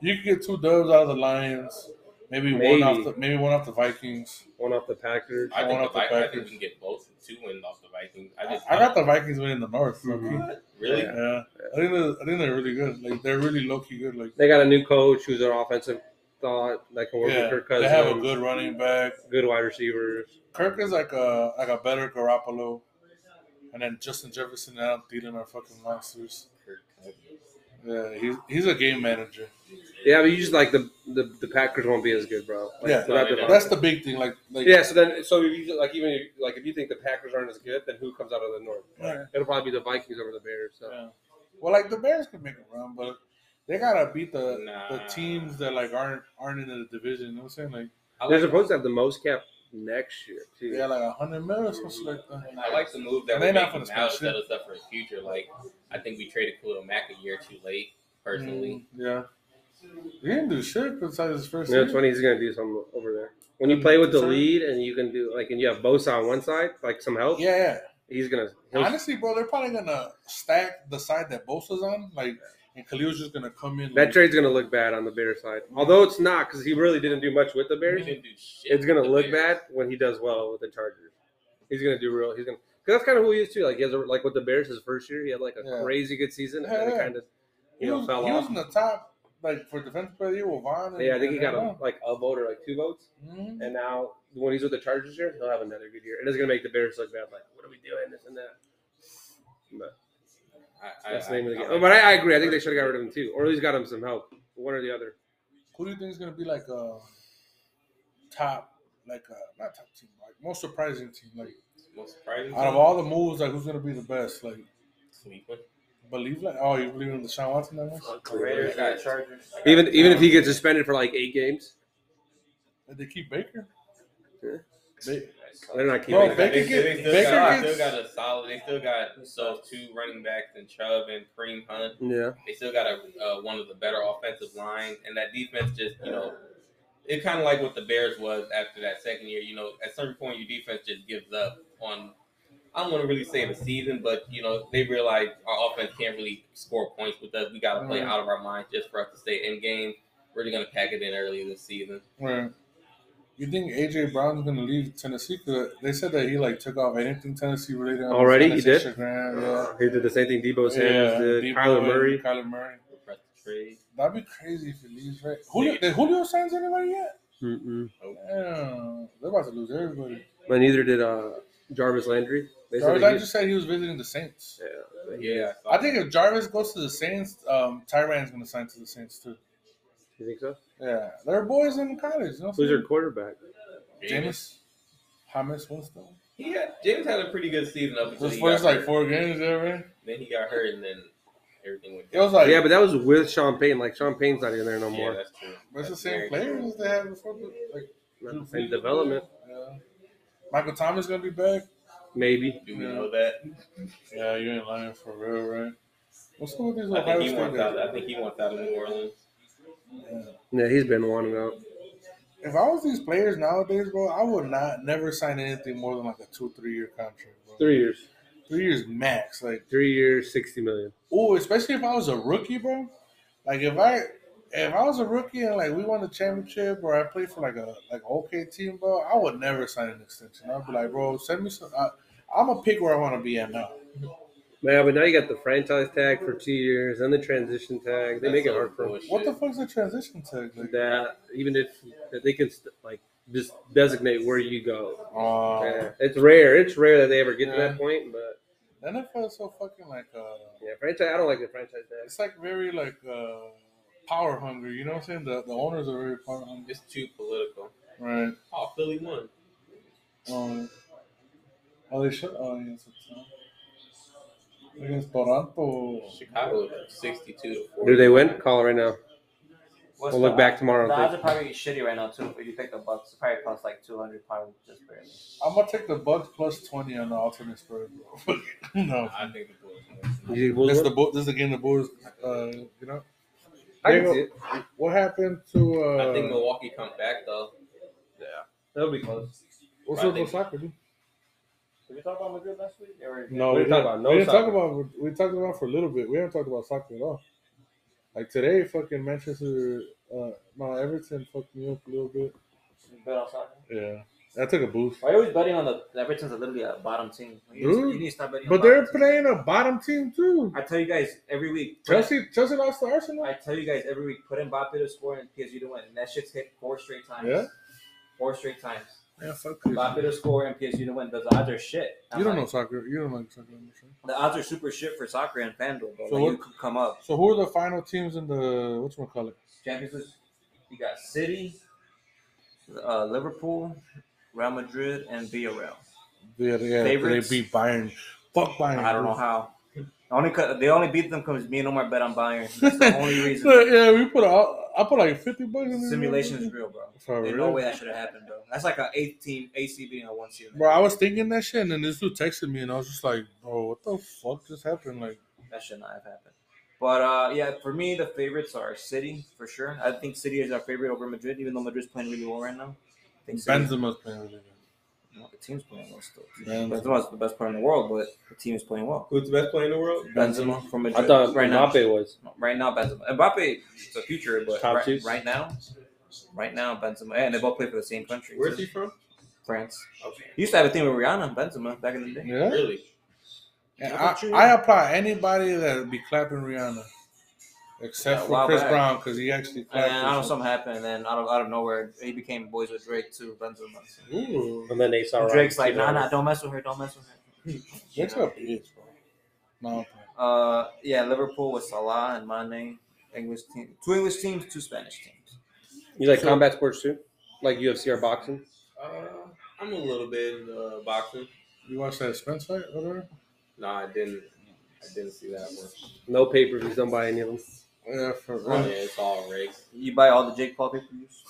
S1: You can get two dubs out of the Lions. Maybe,
S4: Maybe.
S1: one off the maybe one off the Vikings.
S4: One off the Packers.
S1: I
S2: I think
S1: want
S2: the
S1: off the
S2: Vikings, I think
S1: Packers.
S2: we can get both two wins off the Vikings. I
S1: I,
S2: just
S1: I got the Vikings winning the North. low-key.
S2: really.
S1: Yeah. I think they're, I think they're really good. Like they're really low key good. Like
S4: They got a new coach who's an offensive thought that can work
S1: yeah,
S4: with Kirk
S1: they
S4: Cousins.
S1: have a good running back.
S4: good wide receivers.
S1: Kirk is like a like a better Garoppolo, and then Justin Jefferson and Adam Thielen are fucking monsters.
S2: Kirk Cousins.
S1: Yeah, he's he's a game manager.
S4: Yeah, but you just like the the, the Packers won't be as good, bro. Like,
S1: Yeah.
S4: without the-
S1: That's the big thing. Like like
S4: yeah. So then, so if you like even if, like if you think the Packers aren't as good, then who comes out of the north?
S1: Yeah.
S4: It'll probably be the Vikings over the Bears. So.
S1: Yeah. Well, like the Bears can make a run, but they gotta beat the the
S2: Nah.
S1: teams that like aren't aren't in the division. You know what I'm saying? Like
S2: I
S4: They're
S2: like,
S4: supposed to have the most cap next year too.
S1: they got like a hundred mil or something like that.
S2: I like the move that
S1: And they're
S2: we're
S1: not
S2: making
S1: finna
S2: now to
S1: spend
S2: set us up for the future. Like, I think we traded Khalil Mack a year too late, personally.
S1: Mm, yeah. He didn't do shit besides his first.
S4: You know,
S1: year.
S4: twenty is gonna do something over there. When you play with the lead and you can do like, and you have Bosa on one side, like some help,
S1: Yeah, yeah.
S4: he's gonna. He'll,
S1: Honestly, bro, they're probably gonna stack the side that Bosa's on, like, and Khalil's just gonna come in.
S4: that
S1: Like,
S4: trade's gonna look bad on the Bears side. Although it's not because he really didn't do much with the
S1: Mm.
S2: We
S4: Bears.
S2: didn't do shit
S4: It's gonna
S2: with the
S4: look
S2: Bears.
S4: bad when he does well with the Chargers. He's gonna do real. He's gonna. Cause that's kind of who he is too. Like he has a, like with the Bears his first year, he had like a
S1: Yeah.
S4: crazy good season, and
S1: Yeah,
S4: then it
S1: yeah.
S4: kind of
S1: he
S4: you know
S1: was,
S4: fell
S1: he was
S4: off.
S1: in the top, like, for defensive player of the year with Vaughn. and-
S4: Yeah, I think he
S1: and
S4: got a,
S1: everyone.
S4: like a vote or like two votes.
S1: Mhm.
S4: And now when he's with the Chargers here, he'll have another good year. And it's gonna make the Bears look bad, like, what are we doing? This and that.
S2: I- I-
S4: That's the name of the
S2: I-
S4: game.
S2: I-
S4: Oh, but I, I agree. I think they should have got rid of him too. Or at least got him some help. One or the other.
S1: Who do you think is gonna be like a top, like a not top team, like most surprising team? Like,
S2: Most surprising
S1: out of all the moves, like who's gonna be the best? Like,
S2: Cleveland.
S1: believe like, oh, you believe in Deshaun Watson that much?
S3: Raiders
S2: I
S3: got
S2: got-
S3: Chargers.
S4: Even even if he gets suspended for like eight games.
S1: Did they keep Baker?
S4: Yeah.
S1: Ba-
S4: They're not keeping
S1: Bro,
S4: him.
S1: Baker
S2: They still- they
S1: get-
S2: still
S1: Baker
S2: got-
S1: gets-
S2: still got a solid. They still got so two running backs and Chubb and Kareem Hunt.
S4: Yeah.
S2: They still got a uh, one of the better offensive lines, and that defense just you know, it kind of like what the Bears was after that second year. You know, at certain point your defense just gives up on. I don't want to really say the season, but you know they realize our offense can't really score points with us. We got to play
S1: Mhm.
S2: out of our minds just for us to stay in game. We're just gonna pack it in early this season.
S1: Right. You think AJ Brown's gonna leave Tennessee? 'Cause they said that he like took off anything Tennessee related. on
S4: Already?
S1: his
S4: He did?
S1: Instagram, yeah.
S4: He did the same thing Debo Sanders did.
S1: Debo
S4: Kyler
S1: and
S4: Murray.
S1: Kyler Murray.
S2: Press the trade.
S1: That'd be crazy if he leaves, right? Julio, did Julio signs anybody yet?
S4: Mm-mm.
S1: Damn, they're about to lose everybody.
S4: But neither did uh, Jarvis Landry. They said
S1: Jarvis,
S4: that
S1: I
S4: he-
S1: just said he was visiting the Saints.
S4: yeah.
S2: Yeah,
S1: I think if Jarvis goes to the Saints, um, Tyran's gonna sign to the Saints too.
S4: You think so?
S1: Yeah, they're boys in college. You know what I'm
S4: Who's your
S1: saying?
S4: quarterback?
S1: Jameis, Hamas Winston.
S2: He had, James had a pretty good season up until
S1: His
S2: he
S1: first
S2: got
S1: like
S2: hurt.
S1: four games, yeah, right?
S2: Then he got hurt, and then everything went.
S1: It was like
S4: yeah, but that was with Sean Payne. Like Sean Payne's not even there no
S2: yeah,
S4: more.
S2: that's true.
S1: But it's the
S2: That's
S1: same
S2: very
S1: players
S2: true.
S1: as they had before. But like
S4: Not the same development,
S1: Yeah. Michael Thomas gonna be back.
S4: maybe.
S2: Do we
S1: Yeah.
S2: know that?
S1: Yeah, you ain't lying for real, right? What's up with these
S2: I
S1: Ohio
S2: think he
S1: State
S2: wants out.
S1: guys?
S2: I think he wants out of New Orleans.
S1: Yeah.
S4: Yeah, he's been wanting out.
S1: If I was these players nowadays, bro, I would not never sign anything more than like a two, three year contract, bro.
S4: Three years.
S1: Three years max. Like,
S4: Three years, sixty million.
S1: oh, especially if I was a rookie, bro. Like if I if I was a rookie and like we won the championship or I played for like a like a okay team, bro, I would never sign an extension. I'd be like, bro, send me some. I, I'm gonna pick where I want to be at now.
S4: Yeah, but now you got the franchise tag for two years and the transition tag. They
S2: That's
S4: make it
S2: so
S4: hard for him.
S2: bullshit.
S1: What the fuck's a transition tag? Like,
S4: That even if that they can st- like just designate where you go.
S2: Oh.
S1: uh,
S4: Yeah, It's rare. It's rare that they ever get to
S1: Yeah.
S4: that point. But
S1: NFL is so fucking like uh,
S4: yeah, franchise. I don't like the franchise tag.
S1: it's like very like uh, power hungry. You know what I'm saying? The the owners are very power hungry,
S2: It's too political.
S1: right?
S2: Oh, Philly won.
S1: Um, oh, they should. Oh, yes, it's, uh, against Toronto.
S2: Chicago was sixty-two to four.
S4: Do they win? Call it right now.
S5: What's
S4: We'll look
S5: the-
S4: back tomorrow.
S5: The
S4: and
S5: odds
S4: think.
S5: are probably shitty right now too. If you pick the Bucks, it probably plus like two hundred, probably just barely.
S1: I'm gonna take the Bucks plus twenty on the alternate spread, bro. no,
S2: I think the Bulls. won.
S4: You think Bulls
S1: this is the
S4: win?
S1: Bull- this is the game the Bulls. Uh, you know
S4: I can
S1: They-
S4: see it.
S1: what happened to? Uh,
S2: I think Milwaukee come back though.
S4: That'll be close.
S1: what's
S2: I
S1: up
S2: think-
S1: with soccer? dude?
S5: Did we talk about Madrid last week? Or
S1: No,
S4: What
S1: we
S4: are you talking
S1: didn't,
S4: about? No
S1: we didn't talk
S4: soccer.
S1: about. We talked about for a little bit. We haven't talked about soccer at all. Like today, fucking Manchester Uh, no, Everton fucked me up a little bit.
S5: Bet on soccer.
S1: Yeah, I took a boost.
S5: Mm-hmm. Why are you always betting on the the Everton's are literally a bottom team? You, need to-
S1: Dude,
S5: you need to stop betting. on
S1: But they're
S5: bottom
S1: playing a bottom team too.
S5: teams. I tell you guys every week. put-
S1: Chelsea, Chelsea lost to Arsenal.
S5: I tell you guys every week. Put Mbappe to score and PSG to win, and that shit's hit four straight times.
S1: Yeah?
S5: Four straight times.
S1: Yeah, fuck you.
S5: Mbappe to score and PSG to win. Those odds are shit. I'm
S1: You don't
S5: like,
S1: know soccer. You don't like soccer. I'm sure.
S5: The odds are super shit for soccer and FanDuel, bro.
S1: So
S5: like,
S1: what-
S5: you could come up.
S1: So who are the final teams in the what's call it?
S5: Champions League. You got City, uh, Liverpool, Real Madrid, and Villarreal.
S1: Yeah, yeah,
S5: Favorites?
S1: they beat Bayern. Fuck Bayern.
S5: I don't know how. Only 'cause- they only beat them because me and Omar bet on Bayern. That's the only
S1: Look,
S5: reason.
S1: yeah, we put all, I put like fifty bucks in this
S5: Simulation is
S1: motherfucker.
S5: real, bro.
S1: For
S5: There's
S1: real.
S5: no way that should have happened, bro. That's like an eight team AC beating a one team.
S1: Bro, I was thinking that shit, and then this dude texted me, and I was just like, "Bro, what the fuck just happened?" Like,
S5: That should not have happened. But uh, yeah, for me, the favorites are City for sure. I think City is our favorite over Madrid, even though Madrid's playing really well right now. I think City-
S1: Benzema's playing really good.
S5: No, the team's playing well still.
S1: Man,
S5: Benzema's the best player in the world, but the team is playing well.
S2: Who's the best player in the world?
S5: Benzema from Madrid.
S4: I thought
S5: right now,
S4: Mbappe was.
S5: right now Benzema. Mbappe is a future, but
S4: Top
S5: right,
S4: twos?
S5: right now, right now Benzema, and they both play for the same country.
S2: Where's
S5: too,
S2: he from?
S5: France.
S2: Okay.
S5: He used to have a thing with Rihanna, Benzema, back in the day.
S1: yeah.
S2: Really?
S1: And I, I apply anybody that would be clapping Rihanna, except
S5: Yeah,
S1: for
S5: wow,
S1: Chris
S5: back.
S1: Brown because he actually
S5: And
S1: clapped.
S5: then,
S1: her.
S5: I don't know something happened, and then out of out of nowhere, he became boys with Drake too, Benzema.
S2: Uh,
S1: Ooh,
S4: And then they saw
S5: Drake's like,
S4: Ramos.
S5: nah, nah, don't mess with her, don't mess with her.
S1: that's a bitch, bro. No,
S5: Uh, yeah, Liverpool with Salah and Mane, English team, two English teams, two Spanish teams.
S4: You like
S1: So-
S4: combat sports too, like UFC or boxing?
S2: Uh, I'm a little bit into uh, boxing.
S1: you watched that Spence fight, whatever.
S2: No, I didn't. I didn't see that one.
S4: No pay per views. Don't buy any of them.
S1: Yeah, for
S2: Oh,
S1: real.
S2: yeah, it's all rigged.
S5: You buy all the Jake Paul pay per views.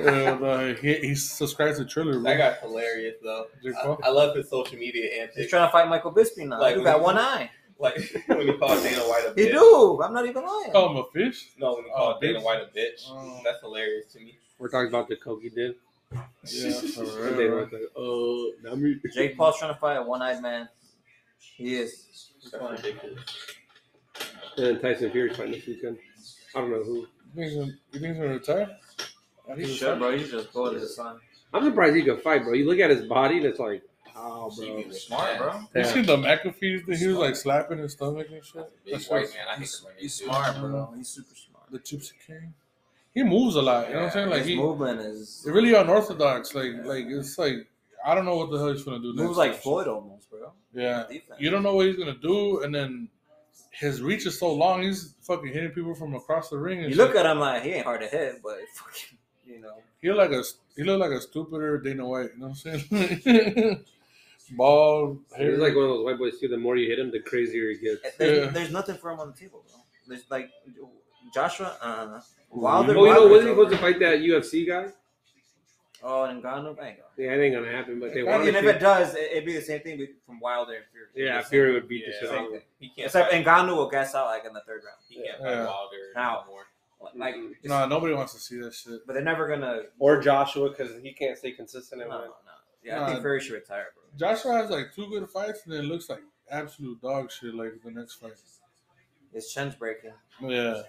S1: Yeah, like, uh, he, he subscribed to Triller.
S2: That
S1: bro.
S2: guy's hilarious though.
S1: Jake Paul.
S2: I, I love his social media
S5: He's
S2: antics.
S5: trying to fight Michael Bisping now.
S2: Like-
S5: Like, got one eye.
S2: Like when he called Dana White a bitch.
S5: He do. I'm not even lying.
S4: Oh.
S1: Call him a fish.
S2: No, when he
S1: Oh,
S2: called Dana
S1: bitch.
S2: White a bitch.
S1: Oh.
S2: That's hilarious to me.
S4: We're talking about the Kogi did.
S1: Yeah, for
S4: And they were
S1: real.
S4: like, oh, not me.
S5: Jake Paul's trying to fight a one-eyed man. He is. He's
S2: That's
S5: funny.
S2: ridiculous.
S4: And then Tyson Fury's fighting this weekend. I don't know who.
S1: You think he's gonna- you think he's gonna retire?
S5: He should, bro. He's just go to the sun.
S4: I'm surprised he could fight, bro. You look at his body, and it's like, oh, bro.
S5: Smart, bro.
S1: You
S4: Yeah.
S1: seen the McAfee's that he was like slapping his stomach and shit?
S2: Big
S1: That's
S2: white
S1: just-
S2: man. I hate
S5: He's,
S2: the
S5: he's
S2: dude.
S5: smart, bro. He's super smart.
S1: The Gypsy King. He moves a lot. You know what I'm saying? Like
S5: his
S1: he
S5: movement is
S1: they're really unorthodox. Like like it's like I don't know what the hell he's gonna do.
S5: moves
S1: next.
S5: like Floyd almost, bro.
S1: Yeah,
S5: Defense.
S1: you don't know what he's gonna do, and then his reach is so long. He's fucking hitting people from across the ring. And
S5: You look
S1: shit.
S5: at him like he ain't hard to hit, but fucking, you know.
S1: he look like a he look like a stupider Dana White. You know what I'm saying? Bald. hair.
S4: He's like one of those white boys too. The more you hit him, the crazier he gets.
S5: There's,
S1: Yeah.
S5: there's nothing for him on the table, bro. There's like Joshua, uh, Wilder.
S4: Oh, you know,
S5: Wilder's
S4: wasn't he
S5: over.
S4: supposed to fight that UFC guy?
S5: Oh, and Ngannou, bang.
S4: Yeah, it ain't gonna happen. But they
S1: I
S5: I
S4: wanted
S5: mean, if
S4: to.
S5: it does, it, it'd be the same thing with- from Wilder and Fury.
S4: Yeah,
S5: Same
S4: Fury would beat the
S2: Yeah.
S4: shit out
S5: Same
S4: of him.
S5: thing.
S2: He can't
S5: Except
S2: fight,
S5: Ngannou will gas out like in the third round.
S2: he can't
S1: Yeah.
S2: fight Wilder
S5: Now.
S2: anymore.
S5: Like, it's-
S1: Nah, nobody wants to see that shit.
S5: but they're never gonna.
S4: Or Joshua because he can't stay consistent.
S5: No,
S4: And win.
S5: no. Yeah, I
S1: Nah.
S5: think Fury should retire, bro.
S1: Joshua has like two good fights, and then it looks like absolute dog shit. Like the next fight.
S5: His chin's breaking.
S1: Yeah.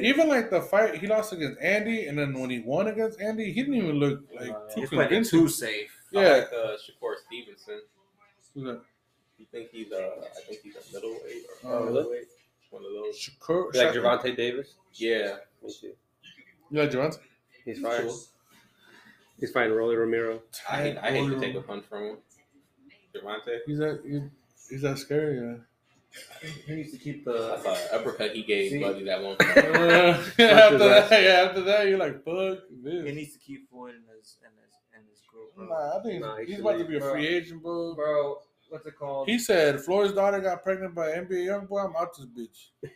S1: Even like the fight he lost against Andy, and then when he won against Andy, he didn't even look like
S5: Uh,
S1: too
S5: he's playing
S1: convincing.
S5: too safe.
S2: I
S1: Yeah,
S2: like uh, Shakur Stevenson.
S1: Who's
S2: You think he's uh, I think he's a middleweight or
S1: Oh, really?
S2: middleweight? One of
S1: that?
S2: those.
S1: Shakur.
S4: Like Javante Davis.
S2: Yeah.
S4: Me too.
S1: You like Javante?
S4: He's fine. He's fine. Rolly Romero.
S2: I hate, I hate to take a punch from him. Javante.
S1: He's that. He's, he's that scary. Yeah.
S5: He needs to keep
S2: I
S5: the.
S2: saw an uppercut he gave
S5: Uh, See?
S2: Buddy that one.
S1: yeah, after that, yeah, after that, you're like, fuck
S5: He
S1: this.
S5: needs to keep Floyd in his in his in his group, bro.
S1: Nah, I think
S4: Nah, he
S1: he's
S4: should
S1: about to
S4: leave,
S1: be a
S5: bro.
S1: free agent, bro.
S5: Bro, what's it called?
S1: He said Floyd's daughter got pregnant by an NBA young boy. I'm out this bitch.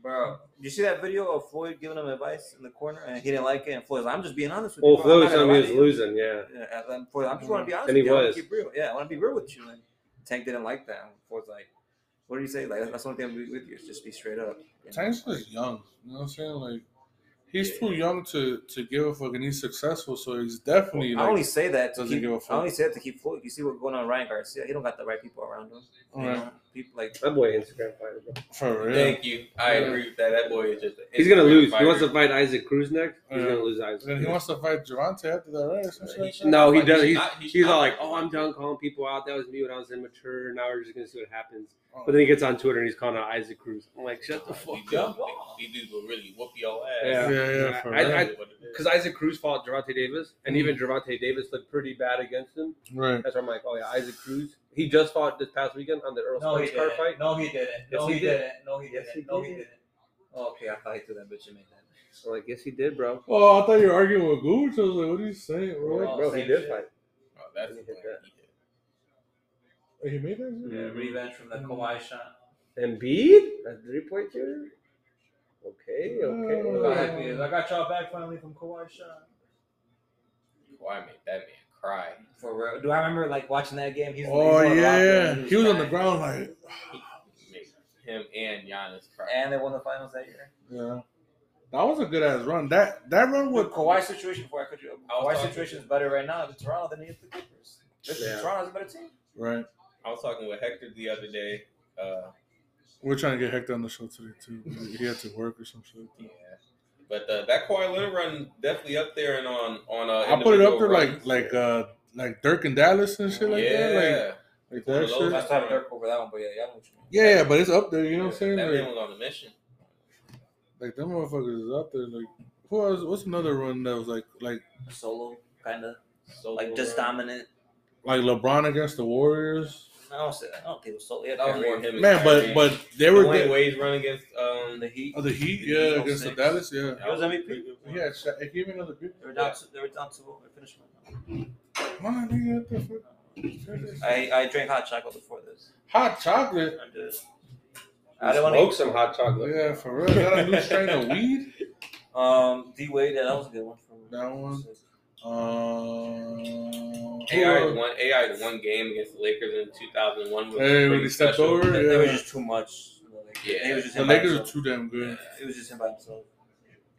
S5: Bro, you see that video of Floyd giving him advice in the corner, and he didn't like it. And Floyd's like, "I'm just being honest with
S4: Well,
S5: you." bro. I'm
S4: Floyd was
S5: not gonna
S4: Oh, telling me he
S5: lie
S4: was
S5: to you."
S4: losing. Yeah.
S5: Yeah, and Floyd, I'm just want to be honest.
S4: And
S5: with
S4: he
S5: you. I wanna
S4: was.
S5: keep real. Yeah, I want to be real with you. And Tank didn't like that. And Floyd's like, "What do you say? Like that's the only thing I'm with you. Is just be straight up." You know?
S1: Tank's just young. You know what I'm saying? Like, He's
S2: Yeah.
S1: too young to to give a fuck, and he's successful, so he's definitely
S5: I only
S1: like.
S5: say that to
S1: doesn't
S5: keep.
S1: give a
S5: I
S1: fuck.
S5: only say that to keep float. You see what's going on, with Ryan Garcia. He don't got the right people around him. You
S1: Right.
S5: know, people like
S4: That boy Instagram fighter, bro.
S1: For real.
S2: Thank you. I
S4: Yeah.
S2: agree with that. That boy is just. an
S4: He's gonna
S2: Instagram
S4: lose. He
S2: fighter.
S4: wants to fight Isaac Cruz next. He's
S1: Yeah.
S4: gonna lose Isaac.
S1: Then he
S4: Cruz.
S1: wants to fight Javante after that, right? Or some shit like that?
S4: No, he
S2: Like,
S4: does.
S2: should
S4: He's,
S2: not- he should
S4: he's all
S2: not-
S4: like, "Oh, I'm done calling people out. That was me when I was immature. Now we're just gonna see what happens."
S1: Oh.
S4: But then he gets on Twitter and he's calling out Isaac Cruz. I'm like, "Shut the
S2: These
S4: fuck
S2: dudes-
S4: up!"
S2: These dudes will really whoop your ass.
S4: Yeah.
S1: yeah, yeah, for
S4: I-
S1: real.
S4: I-
S2: That's what it is.
S4: Because Isaac Cruz fought Javante Davis, and even Javante Davis looked pretty bad against him.
S1: right.
S4: That's where I'm like, "Oh yeah, Isaac Cruz. He just fought this past weekend on the Earl Spence car fight.
S5: No, he didn't.
S4: No, he he did.
S5: No, he Oh,
S4: Yes, didn't. he No, he did.
S5: Okay, I thought he threw that bitch and made that.
S4: I'm like, "Yes, he did, bro.
S1: Oh, I thought you were arguing with Gooch. I was like, what are you saying,
S4: I'm
S1: bro?
S4: like,
S5: Well,
S4: bro, he
S5: same
S4: did
S5: shit.
S4: fight."
S2: Oh, that's
S4: Let me
S2: the
S4: hit
S2: plan.
S1: He made that shit?
S5: Yeah, Mm-hmm. revenge from the Kawhi shot.
S4: Embiid, a three point shooter. Okay,
S1: Oh.
S5: Look how
S4: okay.
S5: happy he is. I got y'all back finally from Kawhi shot.
S2: Why made that man cry?
S5: For real. Do I remember like watching that game? He's,
S1: Oh
S5: he's on the locker
S1: yeah,
S5: room,
S1: he was on the
S5: crying.
S1: ground like.
S2: Made him and Giannis cry.
S5: And they won the finals that year.
S1: Yeah, that was a good ass run. That that run
S5: With
S1: with
S5: Kawhi's situation before I could
S2: I was
S5: Kawhi's
S2: talking-
S5: situation is better right now to Toronto than it is to Clippers. This
S4: Yeah.
S5: Toronto's a better team.
S1: right.
S2: I was talking with Hector the other day. Uh,
S1: We're trying to get Hector on the show today too. He had to work or some shit.
S2: yeah, but uh, that Kawhi Leonard run definitely up there and on on. Uh,
S1: I put it up there
S2: individual
S1: like
S2: runs.
S1: like uh like Dirk and Dallas and shit like
S2: yeah,
S1: that. Like, like
S2: One
S1: that
S2: of those.
S1: shit.
S5: I started Dirk over that one, but yeah, y'all know what you mean.
S1: Yeah, yeah, but it's up there. You know what I'm saying?
S2: That man
S1: Like,
S2: was on a mission.
S1: like them motherfuckers is up there. Like who else? What's another run that was like like
S5: Solo, kind of
S2: So
S5: like just dominant.
S1: like LeBron against the Warriors?
S5: I don't say that. I don't think it was solo. Yeah,
S2: That was more him. and
S1: Man,
S2: Kyrie.
S1: but but they were
S2: Dwayne
S1: good.
S2: Wade's run against um.
S5: the Heat.
S1: Oh, the Heat,
S5: The Heat
S1: yeah,
S5: on
S1: against the
S5: six.
S1: Dallas, yeah.
S5: That was MVP.
S1: Yeah, it gave me another beat.
S5: They were down. Two, they were down two. They finished one.
S1: My nigga, what the fuck?
S5: I I drank hot chocolate before this.
S1: Hot chocolate.
S5: I did.
S4: I
S5: I didn't want
S4: smoke some hot chocolate.
S1: Yeah, for real. Is that a new strain of weed?
S5: to. Um, D Wade. Yeah, that was a good one. From
S1: That one. Uh,
S2: AI won. AI had one game against the Lakers in 2001. was
S1: Hey, when
S2: pretty
S1: he stepped
S2: special.
S1: over,
S5: It was
S1: yeah.
S5: just too much.
S2: Yeah.
S5: it was just
S1: The
S5: him by
S1: Lakers are
S5: himself.
S1: too damn good.
S5: It was just him by himself.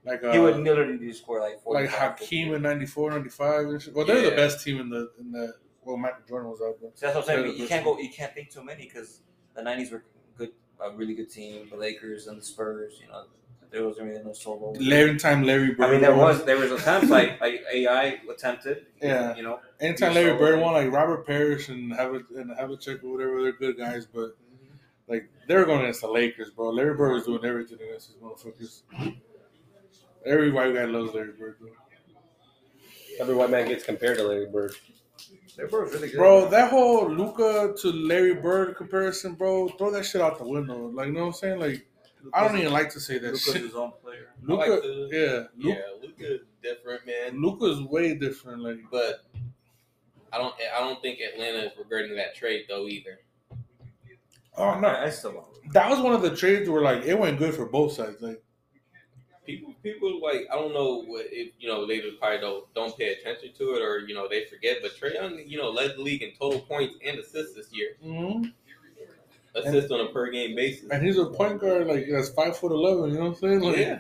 S1: Like
S5: he would
S1: uh,
S5: literally do score like four.
S1: like Hakeem in '94, '95, and shit. Well, they're
S2: Yeah.
S1: the best team in the in the. Well, Michael Jordan was out there.
S5: So that's what I'm saying.
S1: Yeah,
S5: but you
S1: that's
S5: can't go. You can't think too many because the '90s were good, a really good team. The Lakers and the Spurs. You know, there wasn't really no solo.
S1: Larry time Larry Bird.
S5: I mean, there
S1: won.
S5: was there was attempts like like AI attempted.
S1: Yeah.
S5: You know.
S1: Anytime
S5: You
S1: Larry
S5: saw
S1: Bird
S5: it.
S1: won, like Robert Parrish and have and Havlicek or whatever, they're good guys, but
S5: Mm-hmm.
S1: like they were going against the Lakers, bro. Larry Bird was doing everything against these motherfuckers. Every white guy loves Larry Bird, bro.
S4: Every white man gets compared to Larry Bird.
S3: They were really good.
S1: Bro, that whole Luca to Larry Bird comparison, bro, throw that shit out the window. Like, you know what I'm saying? Like, I don't even like to say that
S5: Luka's
S1: shit.
S5: his own player.
S2: I like
S1: Luca,
S2: the-
S1: yeah,
S2: Yeah,
S1: Luca,
S2: Luca's different, man.
S1: Luca's way different. Like,
S2: But I don't. I don't think Atlanta is regretting that trade though either.
S1: oh no,
S5: I, I still love him.
S1: that was one of the trades where like it went good for both sides. Like,
S2: People, people like I don't know what if you know they just probably don't don't pay attention to it or you know they forget. But Trey Young, you know, led the league in total points and assists this year. Assists on a per game basis.
S1: and he's a point guard like that's five foot eleven. You know what I'm saying? Like,
S2: Yeah.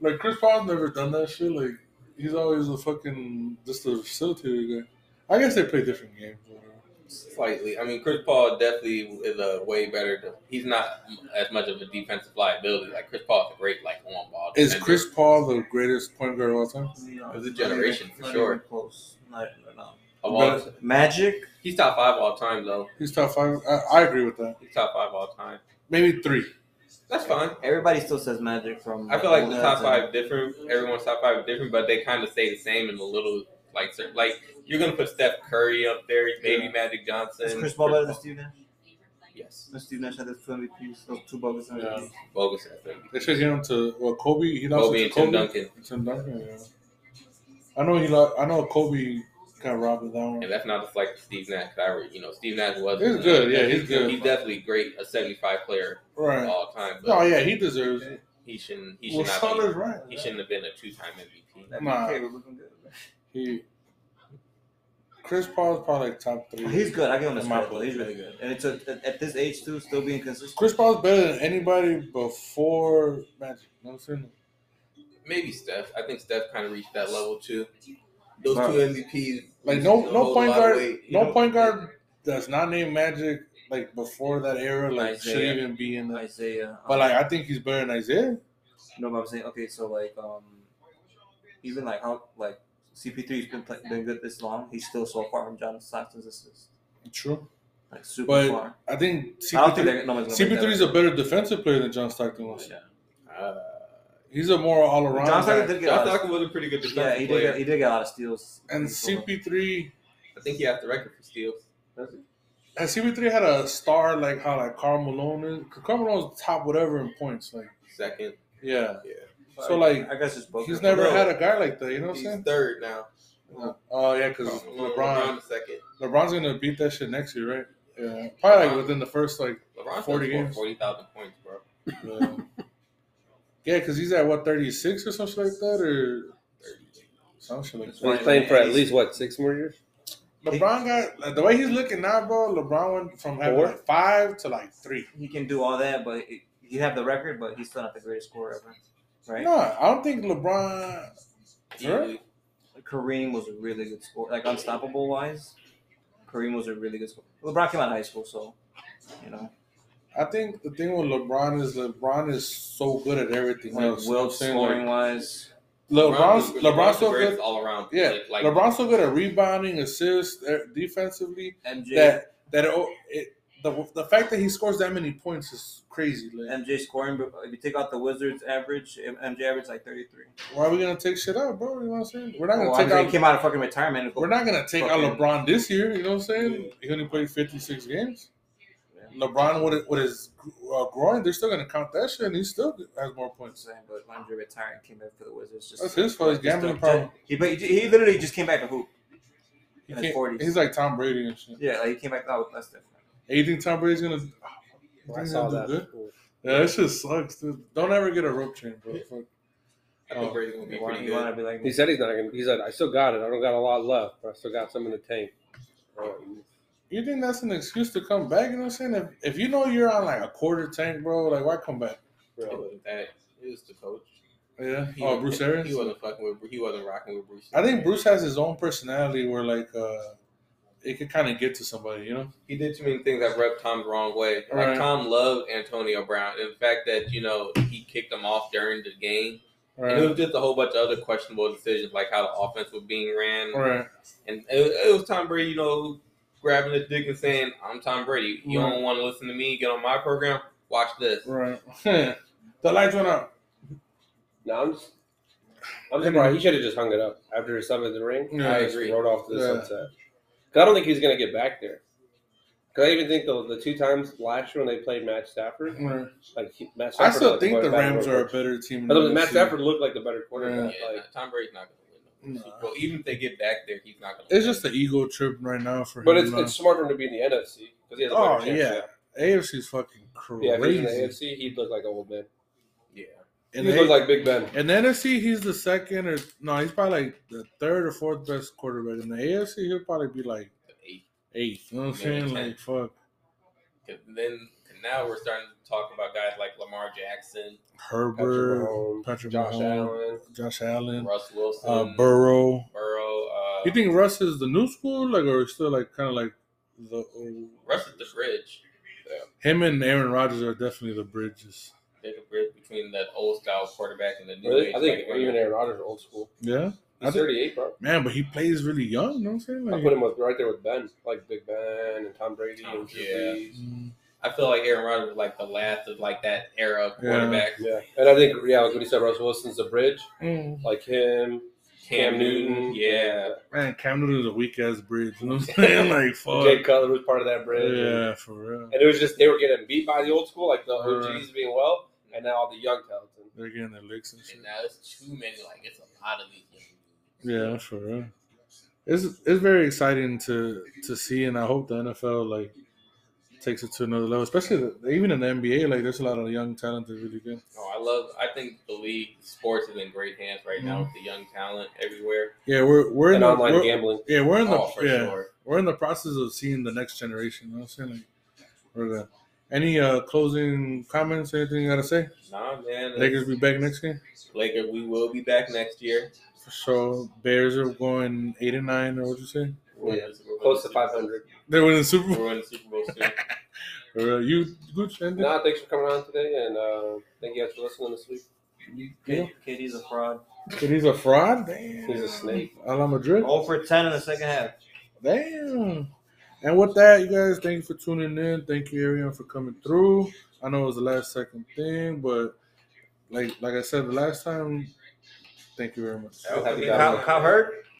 S1: like Chris Paul's never done that shit. Like, he's always a fucking just a facilitator guy. I guess they play different games. Whatever.
S2: Slightly. I mean, Chris Paul definitely is a way better. He's not as much of a defensive liability. Like Chris Paul's a great like on ball.
S1: Is Chris Paul the greatest point guard of all time?
S5: You know,
S2: It was a generation, for
S5: not
S2: sure.
S5: Even close. Not, not,
S2: Of all,
S5: Magic.
S2: he's top five all time though.
S1: He's top five. I, I agree with that.
S2: He's top five all time.
S1: Maybe three.
S2: That's fine.
S5: Everybody still says Magic from.
S2: I feel like
S5: old
S2: the
S5: heads
S2: top
S5: and-
S2: five different. Everyone's top five different, but they kind of stay the same in the little like cer- like you're gonna put Steph Curry up there, maybe
S1: Yeah.
S2: Magic Johnson.
S5: Is Chris Paul better than Steve Nash?
S2: Yes,
S5: No, Steve Nash had those two MVPs, those two bogus MVPs.
S2: bogus. I think.
S1: They should get him to well Kobe. He lost
S2: Kobe
S1: it
S2: and
S1: to
S2: Tim
S1: Kobe.
S2: Duncan,
S1: Tim Duncan. Yeah. I know he. Lo- I know Kobe got robbed of that one.
S2: and that's not just like Steve Nash. 'cause I, re- you know, Steve Nash was.
S1: He's good, yeah, he's good.
S2: He's definitely great, a 75 player of
S1: Right.
S2: all time. But
S1: Oh yeah, he deserves it.
S2: he shouldn't. He
S1: Well,
S2: should
S1: Son
S2: not.
S1: is right.
S2: Be, he shouldn't have been a two-time MVP.
S1: Nah.
S5: Okay, we're looking good.
S1: He. Chris Paul's probably like top three.
S5: He's good. I give him his
S1: In my
S5: credit. though.
S1: book.
S5: He's really good. And it's a, at this age too, still being consistent.
S1: Chris Paul's better than anybody before Magic. You know what I'm saying?
S2: maybe Steph. I think Steph kind of reached that level too. Those
S5: Bro.
S2: two MVPs,
S1: Like no
S2: hold
S1: no
S2: a
S1: point
S2: lot of
S1: guard
S2: weight, you
S1: no
S2: know?
S1: point guard that's not named Magic like before that era like
S5: Isaiah.
S1: should even be in the.
S5: Isaiah.
S1: But
S5: um,
S1: like I think he's better than Isaiah.
S5: No, but I'm saying okay. So like, um, even like how like CP3's been play, been good this long. He's still so far from John Stockton's assist.
S1: True.
S5: Like super
S1: But
S5: far.
S1: I think
S5: I don't think
S1: CP3
S5: they're- no one's gonna break
S1: CP3 is
S5: that
S1: a better defensive player than John Stockton was.
S5: Yeah.
S2: Uh,
S1: He's a more all
S5: record.
S1: around.
S5: John Stockton did get a
S2: John
S5: lot. Of,
S2: Stockton was a pretty good
S5: yeah,
S2: defensive
S5: he did.
S2: player.
S5: Get, he did get a lot of steals.
S1: and
S5: So,
S1: CP3
S2: I think he has the record for steals.
S1: and CP3 had a star like how like Carl Malone is. 'cause Karl Malone's top whatever in points. Like
S2: Second,
S1: yeah.
S2: Yeah.
S1: So like
S5: I guess it's both.
S1: he's never
S2: Bro.
S1: had a guy like that. You know what I'm
S2: he's
S1: saying?
S2: third now.
S1: Oh yeah, because
S2: LeBron,
S1: LeBron
S2: LeBron second.
S1: LeBron's gonna beat that shit next year, right? Yeah, probably like
S2: LeBron.
S1: within the first like. 40
S2: LeBron 40 scored
S1: games.
S2: forty thousand points, bro.
S1: uh, yeah, because he's at what thirty six or something like that, or some shit like
S4: He's
S1: that.
S4: playing for at least what six more years?
S1: LeBron got like, the way he's looking now, bro. LeBron went from having like, five to like three.
S5: He can do all that, but it, he have the record, but he's still not the greatest scorer ever. Right?
S1: No, I don't think LeBron. Sure.
S2: Easily.
S5: Kareem was a really good scorer. Like unstoppable wise, Kareem was a really good scorer. LeBron came out of high school, so you know.
S1: I think the thing with LeBron is LeBron is so good at everything
S5: Like
S1: else.
S5: Will
S1: I'm saying, like,
S5: scoring wise,
S1: LeBron's
S2: was-
S1: LeBron's
S2: the
S1: so
S2: greatest
S1: good.
S2: all around.
S1: Yeah,
S2: like
S1: LeBron's so good at rebounding, assists, er, defensively.
S5: MJ
S1: that that it, it, the the fact that he scores that many points is crazy. Like,
S5: MJ scoring, but if you take out the Wizards average, MJ average like 33.
S1: why are we gonna take shit out, bro? You know what I'm saying? We're not gonna
S5: Well,
S1: take
S5: MJ
S1: out.
S5: came out of fucking retirement. and go-
S1: We're not gonna take out
S5: Oh, Fucking-
S1: LeBron this year. You know what I'm saying? He only played 56 games.
S5: Yeah.
S1: LeBron with with his uh, groin, they're still gonna count that shit, and he still has more
S5: I'm
S1: points.
S5: saying, but when MJ retired and came back for the Wizards, just
S1: That's his fault. His
S5: just
S1: gambling
S5: don't-
S1: problem.
S5: He, but he, he literally just came back to hoop.
S1: He
S5: in his
S1: can't-
S5: 40s.
S1: He's like Tom Brady and shit.
S5: Yeah, like he came back oh, out with less than.
S1: Hey, you think Tom Brady's gonna?
S4: Oh,
S1: you think he's gonna do good? Yeah, that shit sucks, dude. Don't ever get a rope chain, bro. Fuck.
S2: I think
S1: Oh.
S2: Brady's gonna be
S5: You want,
S2: pretty
S5: you
S2: good.
S5: want to be like,
S4: He said he's not gonna. He said I still got it. I don't got a lot left, but I still got some in the tank. Um,
S1: You think that's an excuse to come back? You know what I'm saying? If, if you know you're on like a quarter tank, bro, like why come back?
S2: It
S4: bro.
S2: wasn't that. It was the coach.
S1: Yeah.
S2: He
S1: Oh,
S2: wasn't-
S1: Bruce Arians.
S2: He wasn't fucking with. He wasn't rocking with Bruce.
S1: I think
S2: Arians.
S1: Bruce has his own personality where like uh it could kind of get to somebody, you know?
S2: he did too many things that rubbed Tom the wrong way. Like
S1: Right.
S2: Tom loved Antonio Brown. And the fact that you know he kicked him off during the game, and it
S1: Right.
S2: was just a whole bunch of other questionable decisions, like how the offense was being ran,
S1: Right.
S2: and it, it was Tom Brady, you know, grabbing his dick and saying, "I'm Tom Brady. You
S1: Right.
S2: don't want to listen to me. Get on my program. Watch this."
S1: Right. the lights went out.
S4: No, I'm just. I'm surprised. He should have just hung it up after his summit in the ring.
S1: Yeah,
S4: I
S1: I
S4: just
S2: agree.
S4: rode off to the
S1: Yeah.
S4: sunset. 'Cause I don't think he's gonna get back there. Cause I even think the, the two times last year when they played Matt Stafford,
S1: Right.
S4: like he, Matt Stafford.
S1: I still
S4: like,
S1: think
S4: was
S1: the
S4: better
S1: Rams are a
S4: quarterback.
S1: better team.
S4: Although
S1: than
S4: Matt
S1: the
S4: Stafford looked like the better quarterback.
S2: Yeah,
S4: Like,
S2: Tom Brady's not going to win.
S1: Nah.
S2: Well, even if they get back there, he's not going to.
S1: It's just the ego trip right now for
S4: but
S1: him.
S4: it's,
S1: man.
S4: it's smarter to be in the NFC because he has a better
S1: oh
S4: chance.
S1: yeah. AFC's fucking crazy.
S4: Yeah, if he's in the AFC, he'd look like an old man.
S2: yeah.
S1: And
S4: he'd
S1: they-
S4: look like Big Ben.
S1: In the NFC, he's the second or no, he's probably like the third or fourth best quarterback. In the AFC, he'll probably be like
S2: Eight.
S1: eighth. You know what I'm
S2: Maybe
S1: saying?
S2: ten.
S1: Like fuck,
S2: 'Cause Then and now we're starting to talk about guys like Lamar Jackson,
S4: Patrick
S1: Herbert,
S4: Mahomes,
S1: Patrick
S4: Josh
S1: Mahomes,
S4: Allen.
S1: Josh Allen,
S2: Russ Wilson,
S1: uh, Burrow.
S2: Burrow. Uh,
S1: You think Russ is the new school, like, or still like kind of like the old?
S2: Russ is the bridge.
S1: Him and Aaron Rodgers are definitely the bridges.
S2: There's a bridge between that old style quarterback and the new
S4: Really?
S2: age.
S4: I think
S2: like,
S4: even Aaron Rodgers are old school.
S1: Yeah, I think,
S4: He's 38, bro.
S1: man, but he plays really young. You know what I'm saying?
S4: I
S1: Like,
S4: put him with, right there with Ben, like Big Ben and Tom Brady
S1: Oh,
S4: and Drew
S2: Yeah.
S4: Brees.
S1: mm,
S2: I feel like Aaron Rodgers was like the last of like that era of quarterbacks.
S4: Yeah, and I think yeah, like when you said Russell Wilson's the bridge,
S1: mm.
S4: like him,
S2: Cam,
S4: Cam
S2: Newton,
S4: Newton.
S2: yeah.
S1: man, Cam Newton is a weak ass bridge. You know what I'm saying? Like,
S4: Jay
S1: fuck.
S4: Cutler was part of that bridge.
S1: Yeah, for real.
S4: And it was just they were getting beat by the old school, like the
S1: Right.
S4: OGs being well, and now all the young talents. And
S1: They're getting their licks and shit.
S2: And now it's too many. Like it's a lot of these. young dudes.
S1: Yeah, for real. It's it's very exciting to to see, and I hope the NFL like takes it to another level. Especially the, even in the NBA, like there's a lot of young talent that's really good.
S2: No, Oh, I love. I think the league sports is in great hands right now
S1: Mm-hmm.
S2: with the young talent everywhere.
S1: Yeah, we're we're in
S4: and
S1: the
S4: online
S1: we're-
S4: gambling.
S1: yeah we're in the
S2: oh, for
S1: yeah
S2: sure.
S1: we're in the process of seeing the next generation. You know what I'm saying like we're the Any uh, closing comments? Anything you gotta say?
S2: Nah, man.
S1: Lakers be back next game.
S2: Lakers, we will be back next year.
S1: So Bears are going eight and nine, or what you say?
S2: We're winning the Super Bowl
S4: Close to
S2: this year.
S4: 500.
S1: They're winning the Super
S2: We're
S1: Bowl.
S2: winning the Super Bowl soon.
S1: Uh, you good? Andy?
S4: Nah, thanks for coming on today, and uh, thank you guys for listening this week.
S1: Mm,
S5: Kid, Kitty's a fraud.
S1: Dude, he's a fraud. Damn.
S4: He's a snake.
S1: A la Madrid.
S5: 0 for 10 in the second half.
S1: Damn. And with that, you guys, thank you for tuning in. Thank you, everyone, for coming through. I know it was the last second thing, but like like I said the last time, thank you very much.
S4: Happy
S2: Happy
S4: Kyle-
S5: Kyle Hurt?